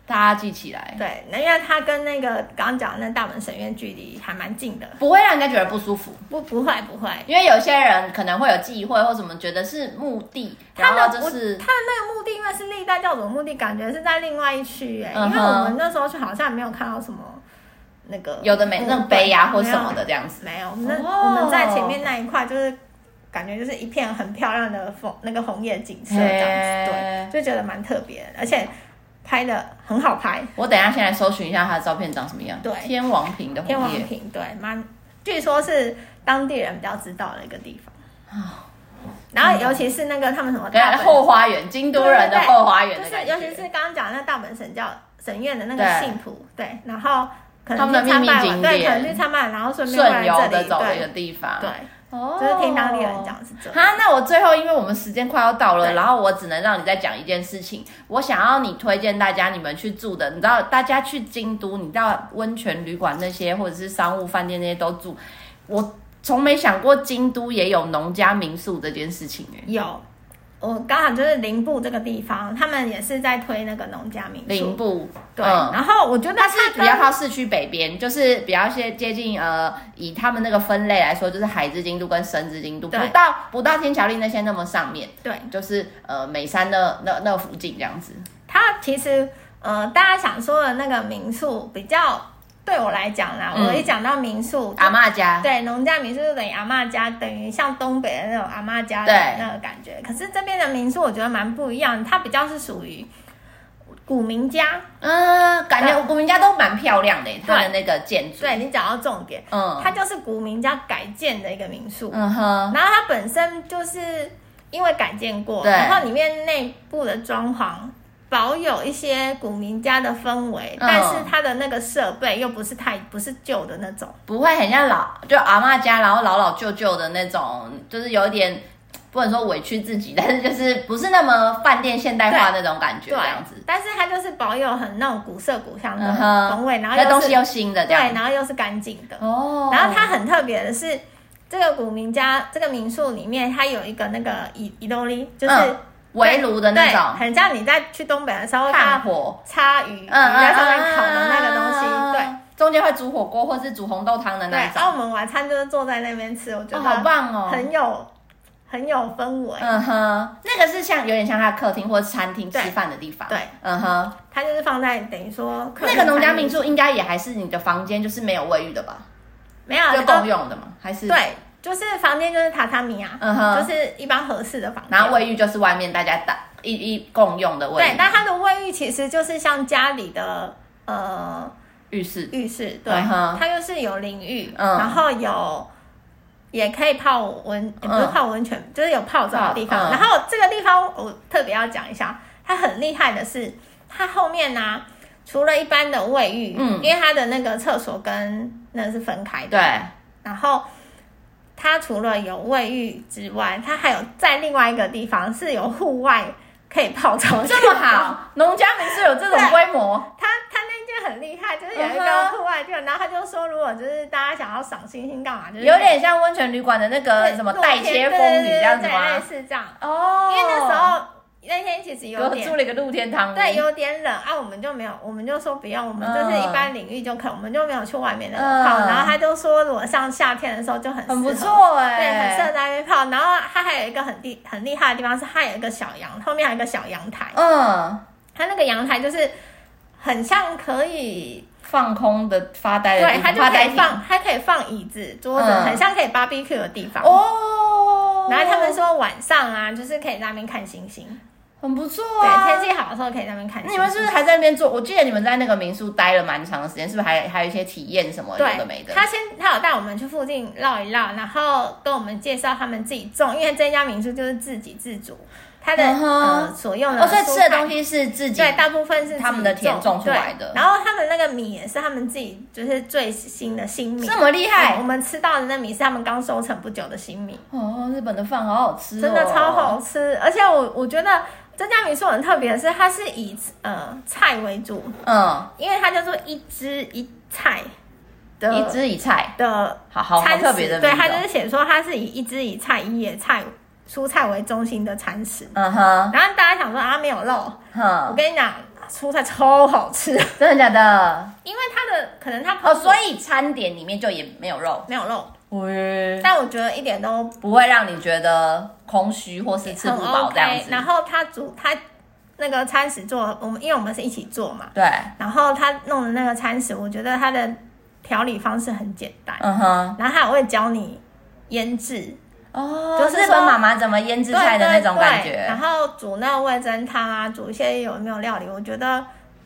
[SPEAKER 1] 大家记起来，
[SPEAKER 2] 对，那因为它跟那个刚刚讲的那大门神院距离还蛮近的，
[SPEAKER 1] 不会让人家觉得不舒服。
[SPEAKER 2] 不不会不会，
[SPEAKER 1] 因为有些人可能会有忌讳或什么，觉得是墓地，
[SPEAKER 2] 他
[SPEAKER 1] 然
[SPEAKER 2] 们
[SPEAKER 1] 后就
[SPEAKER 2] 不
[SPEAKER 1] 是
[SPEAKER 2] 他的那个墓地，因为是历代教主的墓地，感觉是在另外一区哎、
[SPEAKER 1] 嗯哼
[SPEAKER 2] 因为我们那时候去好像没有看到什么那个
[SPEAKER 1] 有的没那种碑啊
[SPEAKER 2] 嗯
[SPEAKER 1] 或什么的这样子。
[SPEAKER 2] 没有，没有那、
[SPEAKER 1] 哦
[SPEAKER 2] 我们在前面那一块就是感觉就是一片很漂亮的枫那个红叶景色这样子，
[SPEAKER 1] 嘿
[SPEAKER 2] 对，就觉得蛮特别的，而且拍的很好拍，
[SPEAKER 1] 我等一下先来搜寻一下他的照片长什么样。
[SPEAKER 2] 对
[SPEAKER 1] 天王坪的
[SPEAKER 2] 天王
[SPEAKER 1] 红叶，
[SPEAKER 2] 坪对，蛮据说是当地人比较知道的一个地方然后尤其是那个他们什么
[SPEAKER 1] 哦对
[SPEAKER 2] 大
[SPEAKER 1] 啊，
[SPEAKER 2] 本
[SPEAKER 1] 后花园，京都人的
[SPEAKER 2] 对对对
[SPEAKER 1] 后花园
[SPEAKER 2] 就
[SPEAKER 1] 的
[SPEAKER 2] 是
[SPEAKER 1] 感觉。
[SPEAKER 2] 尤其是刚刚讲的那大本神教神院的那
[SPEAKER 1] 对
[SPEAKER 2] 个信徒，对，然后可
[SPEAKER 1] 他们
[SPEAKER 2] 能
[SPEAKER 1] 的
[SPEAKER 2] 去参
[SPEAKER 1] 秘密
[SPEAKER 2] 拜
[SPEAKER 1] 景
[SPEAKER 2] 完，对，
[SPEAKER 1] 点
[SPEAKER 2] 可能去参拜完，然后顺便
[SPEAKER 1] 顺
[SPEAKER 2] 回
[SPEAKER 1] 游
[SPEAKER 2] 来这
[SPEAKER 1] 的
[SPEAKER 2] 里，
[SPEAKER 1] 走的一个
[SPEAKER 2] 对，
[SPEAKER 1] 地方。
[SPEAKER 2] 对，
[SPEAKER 1] 哦
[SPEAKER 2] 就是听当地人。讲是这样。
[SPEAKER 1] 哈，那我最后因为我们时间快要到了，
[SPEAKER 2] 对
[SPEAKER 1] 然后我只能让你再讲一件事情。我想要你推荐大家你们去住的，你知道大家去京都，你到温泉旅馆那些或者是商务饭店那些都住，我从没想过京都也有农家民宿这件事情哎、
[SPEAKER 2] 有，我刚好就是林布这个地方，他们也是在推那个农家民
[SPEAKER 1] 林
[SPEAKER 2] 宿，
[SPEAKER 1] 部
[SPEAKER 2] 对，
[SPEAKER 1] 嗯
[SPEAKER 2] 然后我觉得它
[SPEAKER 1] 是比
[SPEAKER 2] 跟
[SPEAKER 1] 较靠市区北边，就是比较些接近呃，以他们那个分类来说，就是海之京都跟神之京都，不
[SPEAKER 2] 对
[SPEAKER 1] 到不到天桥立那些那么上面，
[SPEAKER 2] 对
[SPEAKER 1] 就是呃美山那那那附近这样子。
[SPEAKER 2] 它其实呃，大家想说的那个民宿比较对我来讲啦，
[SPEAKER 1] 嗯
[SPEAKER 2] 我一讲到民宿，
[SPEAKER 1] 阿嬷家，
[SPEAKER 2] 对，农家民宿就等于阿嬷家，等于像东北的那种阿嬷家的
[SPEAKER 1] 对
[SPEAKER 2] 那个感觉。可是这边的民宿我觉得蛮不一样，它比较是属于古民家。
[SPEAKER 1] 嗯，感觉古民家都蛮漂亮的，它的那个建筑，
[SPEAKER 2] 对你讲到重点，
[SPEAKER 1] 嗯
[SPEAKER 2] 它就是古民家改建的一个民宿，
[SPEAKER 1] 嗯哼，
[SPEAKER 2] 然后它本身就是因为改建过，
[SPEAKER 1] 对
[SPEAKER 2] 然后里面内部的装潢。保有一些古民家的氛围，
[SPEAKER 1] 嗯
[SPEAKER 2] 但是它的那个设备又不是太不是旧的那种，
[SPEAKER 1] 不会很像老就阿嬷家，然后老老旧旧的那种，就是有一点不能说委屈自己，但是就是不是那么饭店现代化那种感觉
[SPEAKER 2] 对
[SPEAKER 1] 这样子，。
[SPEAKER 2] 但是它就是保有很那种古色古香的
[SPEAKER 1] 嗯哼
[SPEAKER 2] 风味，然后又
[SPEAKER 1] 那
[SPEAKER 2] 是
[SPEAKER 1] 东西又新的这
[SPEAKER 2] 对，
[SPEAKER 1] 样子。
[SPEAKER 2] 然后又是干净的。
[SPEAKER 1] 哦
[SPEAKER 2] 然后它很特别的是，这个古民家这个民宿里面，它有一个那个伊伊豆利，就是
[SPEAKER 1] 嗯围炉的那
[SPEAKER 2] 对
[SPEAKER 1] 种
[SPEAKER 2] 很像你在去东北的时候，
[SPEAKER 1] 炭
[SPEAKER 2] 它
[SPEAKER 1] 火，嗯
[SPEAKER 2] 插鱼，你在上面烤的那个东西，对。
[SPEAKER 1] 对，中间会煮火锅或是煮红豆汤的那
[SPEAKER 2] 对，然
[SPEAKER 1] 种，
[SPEAKER 2] 后我们晚餐就是坐在那边吃，我觉
[SPEAKER 1] 哦，
[SPEAKER 2] 得
[SPEAKER 1] 好棒哦，
[SPEAKER 2] 很有很有氛围。
[SPEAKER 1] 嗯哼，那个是像有点像他的客厅或餐厅吃
[SPEAKER 2] 对
[SPEAKER 1] 饭的地方。
[SPEAKER 2] 对，
[SPEAKER 1] 嗯哼，
[SPEAKER 2] 它就是放在等于说客
[SPEAKER 1] 那
[SPEAKER 2] 厅
[SPEAKER 1] 个农家民
[SPEAKER 2] 餐
[SPEAKER 1] 宿应该也还是你的房间，就是没有卫浴的吧？
[SPEAKER 2] 厅没有
[SPEAKER 1] 就
[SPEAKER 2] 这啊个
[SPEAKER 1] 共用的嘛？还是？
[SPEAKER 2] 对，就是房间就是榻榻米啊，
[SPEAKER 1] 嗯哼
[SPEAKER 2] 就是一般合适的房间。
[SPEAKER 1] 然后卫浴就是外面大家打一一共用的卫
[SPEAKER 2] 对，
[SPEAKER 1] 浴
[SPEAKER 2] 但它的卫浴其实就是像家里的呃
[SPEAKER 1] 浴室。
[SPEAKER 2] 浴室，对
[SPEAKER 1] 嗯哼
[SPEAKER 2] 它就是有淋浴，
[SPEAKER 1] 嗯
[SPEAKER 2] 然后有也可以泡温，也不是
[SPEAKER 1] 嗯
[SPEAKER 2] 泡温泉，就是有泡澡的地
[SPEAKER 1] 泡嗯
[SPEAKER 2] 方。然后这个地方我特别要讲一下，它很厉害的是，它后面呢、除了一般的卫浴，
[SPEAKER 1] 嗯
[SPEAKER 2] 因为它的那个厕所跟那是分开的，
[SPEAKER 1] 对，
[SPEAKER 2] 然后它除了有卫浴之外，它还有在另外一个地方是有户外可以泡澡的地方，
[SPEAKER 1] 这么好，农家民宿有这种规模，
[SPEAKER 2] 他他那间很厉害，就是有
[SPEAKER 1] 嗯
[SPEAKER 2] 一个
[SPEAKER 1] 哼
[SPEAKER 2] 户外地方，然后他就说，如果就是大家想要赏星星干嘛，就是
[SPEAKER 1] 有点像温泉旅馆的那
[SPEAKER 2] 嗯对
[SPEAKER 1] 个什么
[SPEAKER 2] 露天
[SPEAKER 1] 带切
[SPEAKER 2] 对
[SPEAKER 1] 风雨
[SPEAKER 2] 对对
[SPEAKER 1] 这样子
[SPEAKER 2] 对类
[SPEAKER 1] 吗？
[SPEAKER 2] 似这样。
[SPEAKER 1] 哦
[SPEAKER 2] 因为那时候那天其实有
[SPEAKER 1] 我住
[SPEAKER 2] 点
[SPEAKER 1] 了一个露天汤屋，
[SPEAKER 2] 对有点冷啊，我们就没有，我们就说不用，我们就是
[SPEAKER 1] 嗯
[SPEAKER 2] 一般领域就可以，我们就没有去外面那
[SPEAKER 1] 嗯
[SPEAKER 2] 个泡。然后他就说，如果像夏天的时候就很
[SPEAKER 1] 很不
[SPEAKER 2] 适合。
[SPEAKER 1] 错
[SPEAKER 2] 对，很
[SPEAKER 1] 哎，
[SPEAKER 2] 适合在那边泡。然后它还有一个很厉很厉害的地方是，它有一个小阳，后面还有一个小阳台。
[SPEAKER 1] 嗯，
[SPEAKER 2] 它那个阳台就是很像可以
[SPEAKER 1] 放空的发呆的地方，
[SPEAKER 2] 对，它就
[SPEAKER 1] 哎发
[SPEAKER 2] 可
[SPEAKER 1] 呆
[SPEAKER 2] 以
[SPEAKER 1] 亭
[SPEAKER 2] 放，它可以放椅子、桌子，
[SPEAKER 1] 嗯
[SPEAKER 2] 很像可以 barbecue 的地方。
[SPEAKER 1] 哦。
[SPEAKER 2] 然后他们说晚上啊，就是可以在那边看星星，
[SPEAKER 1] 很不错啊，
[SPEAKER 2] 对，天气好的时候可以在那边看星
[SPEAKER 1] 你
[SPEAKER 2] 星。
[SPEAKER 1] 们是不是还在那边做？我记得你们在那个民宿待了蛮长的时间，是不是还还有一些体验什么有的没的？
[SPEAKER 2] 对，他先他有带我们去附近绕一绕，然后跟我们介绍他们自己种，因为这家民宿就是自给自足，它的、
[SPEAKER 1] 嗯哼
[SPEAKER 2] 呃所用的
[SPEAKER 1] 哦，所以吃的东
[SPEAKER 2] 西。
[SPEAKER 1] 西是自己
[SPEAKER 2] 对，大部分是
[SPEAKER 1] 他们的田种出来的
[SPEAKER 2] 对然后他们那个米也是他们自己就是最新的新米，
[SPEAKER 1] 这么厉
[SPEAKER 2] 嗯
[SPEAKER 1] 害
[SPEAKER 2] 我们吃到的那米是他们刚收成不久的新米，
[SPEAKER 1] 哦，日本的饭好好吃、哦，
[SPEAKER 2] 真的超好吃。而且我我觉得这家民宿很特别的是，它是以呃菜为主，
[SPEAKER 1] 嗯，
[SPEAKER 2] 因为它叫做一汁一菜的
[SPEAKER 1] 一汁一菜，
[SPEAKER 2] 的
[SPEAKER 1] 好好好
[SPEAKER 2] 餐食，
[SPEAKER 1] 特别的
[SPEAKER 2] 对，
[SPEAKER 1] 名字
[SPEAKER 2] 它
[SPEAKER 1] 哦
[SPEAKER 2] 就是写说它是以一汁一菜、以野菜、蔬菜为中心的餐食。
[SPEAKER 1] 嗯哼，
[SPEAKER 2] 然后大家想说啊没有肉，我
[SPEAKER 1] 哼，
[SPEAKER 2] 跟你讲，蔬菜超好吃，
[SPEAKER 1] 真的假的？
[SPEAKER 2] 因为它的可能它
[SPEAKER 1] 哦，所
[SPEAKER 2] 以
[SPEAKER 1] 以餐点里面就也没有肉，
[SPEAKER 2] 没有肉，
[SPEAKER 1] 喂，
[SPEAKER 2] 但我觉得一点都
[SPEAKER 1] 不会让你觉得空虚或是吃
[SPEAKER 2] 很
[SPEAKER 1] 不饱
[SPEAKER 2] OK。
[SPEAKER 1] 这样子。
[SPEAKER 2] 然后他煮他那个餐食做，我们因为我们是一起做嘛，
[SPEAKER 1] 对，
[SPEAKER 2] 然后他弄的那个餐食，我觉得他的调理方式很简单，
[SPEAKER 1] 嗯哼，
[SPEAKER 2] 然后他也会教你腌制，
[SPEAKER 1] 哦，
[SPEAKER 2] 就
[SPEAKER 1] 就是是
[SPEAKER 2] 说
[SPEAKER 1] 说妈妈怎么腌制
[SPEAKER 2] 对
[SPEAKER 1] 菜的那种感
[SPEAKER 2] 对对然
[SPEAKER 1] 觉。
[SPEAKER 2] 后煮那个味噌汤啊，煮一些有没有料理，我觉得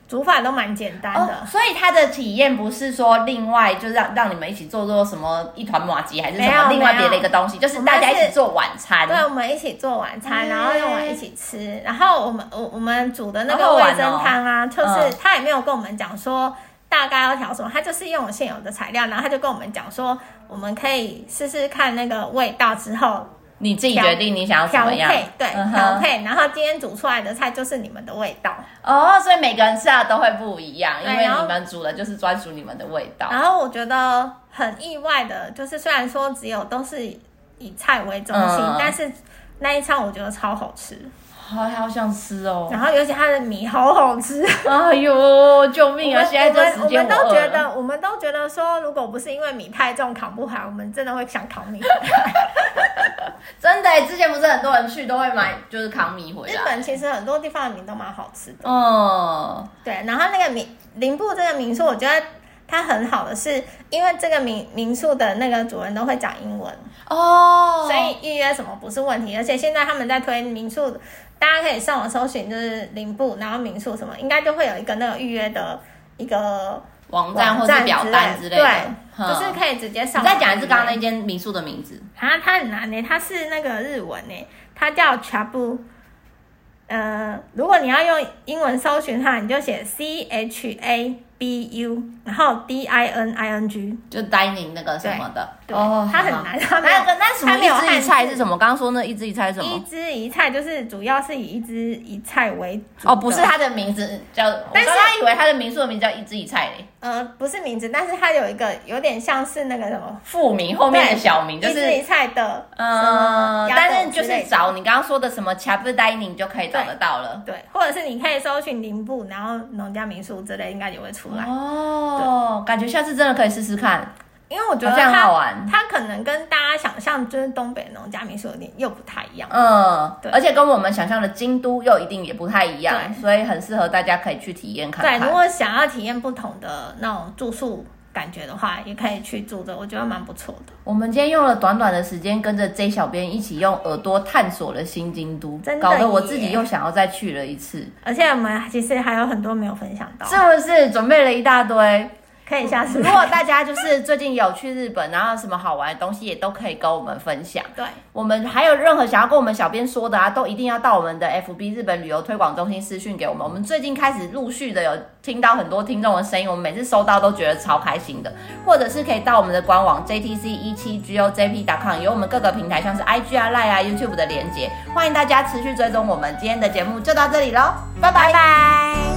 [SPEAKER 2] 煮法都蛮简单
[SPEAKER 1] 哦
[SPEAKER 2] 的。，
[SPEAKER 1] 所以他的体验不是说另外就让让你们一起做做什么一团麻吉还是什
[SPEAKER 2] 没有
[SPEAKER 1] 么另外
[SPEAKER 2] 没有
[SPEAKER 1] 别的一个东西，就是
[SPEAKER 2] 我们
[SPEAKER 1] 大家一
[SPEAKER 2] 是
[SPEAKER 1] 起做晚餐。
[SPEAKER 2] 对，我们一起做晚餐，
[SPEAKER 1] 哎
[SPEAKER 2] 然后用完一起吃，然后我们我我们煮的那
[SPEAKER 1] 好
[SPEAKER 2] 个
[SPEAKER 1] 好
[SPEAKER 2] 味
[SPEAKER 1] 玩
[SPEAKER 2] 噌
[SPEAKER 1] 哦
[SPEAKER 2] 汤啊，就是
[SPEAKER 1] 嗯
[SPEAKER 2] 他也没有跟我们讲说大概要调什么，他就是用我现有的材料，然后他就跟我们讲说，我们可以试试看那个味道之后
[SPEAKER 1] 你自己决定你想要怎
[SPEAKER 2] 调
[SPEAKER 1] 么样
[SPEAKER 2] 配，，对，
[SPEAKER 1] 嗯哼
[SPEAKER 2] 调配，然后今天煮出来的菜就是你们的味道。
[SPEAKER 1] 哦，所以每个人吃的都会不一样，
[SPEAKER 2] 对
[SPEAKER 1] 因为
[SPEAKER 2] 然后
[SPEAKER 1] 你们煮的就是专属你们的味道。
[SPEAKER 2] 然后我觉得很意外的，就是虽然说只有都是以菜为中心，
[SPEAKER 1] 嗯
[SPEAKER 2] 但是那一餐我觉得超好吃，
[SPEAKER 1] 好好想吃哦！
[SPEAKER 2] 然后尤其它的米好好吃。
[SPEAKER 1] 哎呦，救命
[SPEAKER 2] 我
[SPEAKER 1] 啊！
[SPEAKER 2] 们
[SPEAKER 1] 现在这
[SPEAKER 2] 我
[SPEAKER 1] 时间
[SPEAKER 2] 们我们
[SPEAKER 1] 我
[SPEAKER 2] 都
[SPEAKER 1] 饿
[SPEAKER 2] 觉
[SPEAKER 1] 了
[SPEAKER 2] 得，我们都觉得说，如果不是因为米太重扛不好，我们真的会想 扛米回来。
[SPEAKER 1] 真的耶，之前不是很多人去都会买，就是扛米回
[SPEAKER 2] 日
[SPEAKER 1] 来。
[SPEAKER 2] 本其实很多地方的米都蛮好吃的，
[SPEAKER 1] 嗯，
[SPEAKER 2] 对。然后那个民林部这个民宿，我觉得它很好的是，因为这个民民宿的那个主人都会讲英文，
[SPEAKER 1] 哦，
[SPEAKER 2] 所以预约什么不是问题。而且现在他们在推民宿，大家可以上网搜寻，就是林部，然后民宿什么，应该就会有一个那个预约的一个
[SPEAKER 1] 网站
[SPEAKER 2] 网
[SPEAKER 1] 或是
[SPEAKER 2] 站
[SPEAKER 1] 表单之类的，
[SPEAKER 2] 对，
[SPEAKER 1] 嗯
[SPEAKER 2] 就是可以直接上
[SPEAKER 1] 你
[SPEAKER 2] 网预约。
[SPEAKER 1] 再讲一次刚刚那间民宿的名字，
[SPEAKER 2] 啊，它很难呢、它是那个日文呢、它叫 chabu。呃，如果你要用英文搜寻它，你就写 C H A B U，然后 D I N I N G。
[SPEAKER 1] 就 dining 那个什么的。哦
[SPEAKER 2] 对，它很
[SPEAKER 1] 好
[SPEAKER 2] 难，它没有
[SPEAKER 1] 那个那什么
[SPEAKER 2] 它没有
[SPEAKER 1] 一枝一菜是
[SPEAKER 2] 么？
[SPEAKER 1] 什么？刚刚说那一枝一菜是什
[SPEAKER 2] 一
[SPEAKER 1] 么？
[SPEAKER 2] 枝一菜就是主要是以一枝一菜为主的
[SPEAKER 1] 哦，不是，它的名字叫，
[SPEAKER 2] 但是
[SPEAKER 1] 我刚刚以为它的民宿的名字叫一枝一菜嘞，
[SPEAKER 2] 呃，不是名字，但是它有一个有点像是那个什么
[SPEAKER 1] 复名后面的小名就
[SPEAKER 2] 一枝
[SPEAKER 1] 是
[SPEAKER 2] 一。菜的，
[SPEAKER 1] 嗯，
[SPEAKER 2] 鸭
[SPEAKER 1] 但
[SPEAKER 2] 蛋
[SPEAKER 1] 是就
[SPEAKER 2] 之类
[SPEAKER 1] 是
[SPEAKER 2] 的
[SPEAKER 1] 找你刚刚说的什么 c h a b dining 就可以找得到了。
[SPEAKER 2] 对，或者是你可以搜寻林部，然后农家民宿之类，应该也会出来。
[SPEAKER 1] 哦，感觉下次真的可以试试看，
[SPEAKER 2] 因为我觉
[SPEAKER 1] 好
[SPEAKER 2] 得
[SPEAKER 1] 像很
[SPEAKER 2] 它
[SPEAKER 1] 好玩。
[SPEAKER 2] 它可能跟大家想象就是东北农家民宿有点又不太一样。
[SPEAKER 1] 嗯
[SPEAKER 2] 对，
[SPEAKER 1] 而且跟我们想象的京都又一定也不太一样，
[SPEAKER 2] 对
[SPEAKER 1] 所以很适合大家可以去体验看
[SPEAKER 2] 对，如
[SPEAKER 1] 看。
[SPEAKER 2] 果想要体验不同的那种住宿感觉的话，也可以去住的，我觉得蛮不错的。
[SPEAKER 1] 我们今天用了短短的时间，跟着 J 小编一起用耳朵探索了新京都
[SPEAKER 2] 真，的
[SPEAKER 1] 搞得我
[SPEAKER 2] 耶
[SPEAKER 1] 自己又想要再去了一次，
[SPEAKER 2] 而且我们其实还有很多没有分享到，
[SPEAKER 1] 是不是？准备了一大堆。
[SPEAKER 2] 可以下次
[SPEAKER 1] 哦 如果大家就是最近有去日本，然后有什么好玩的东西也都可以跟我们分享。
[SPEAKER 2] 对
[SPEAKER 1] 我们还有任何想要跟我们小编说的啊，都一定要到我们的 FB 日本旅游推广中心私讯给我们。我们最近开始陆续的有听到很多听众的声音，我们每次收到都觉得超开心的。或者是可以到我们的官网 JTC 一 E 七 GOJP.com，有我们各个平台像是 IG 啊、Line 啊、YouTube 的连接，欢迎大家持续追踪我们。今天的节目就到这里喽，拜拜
[SPEAKER 2] 拜拜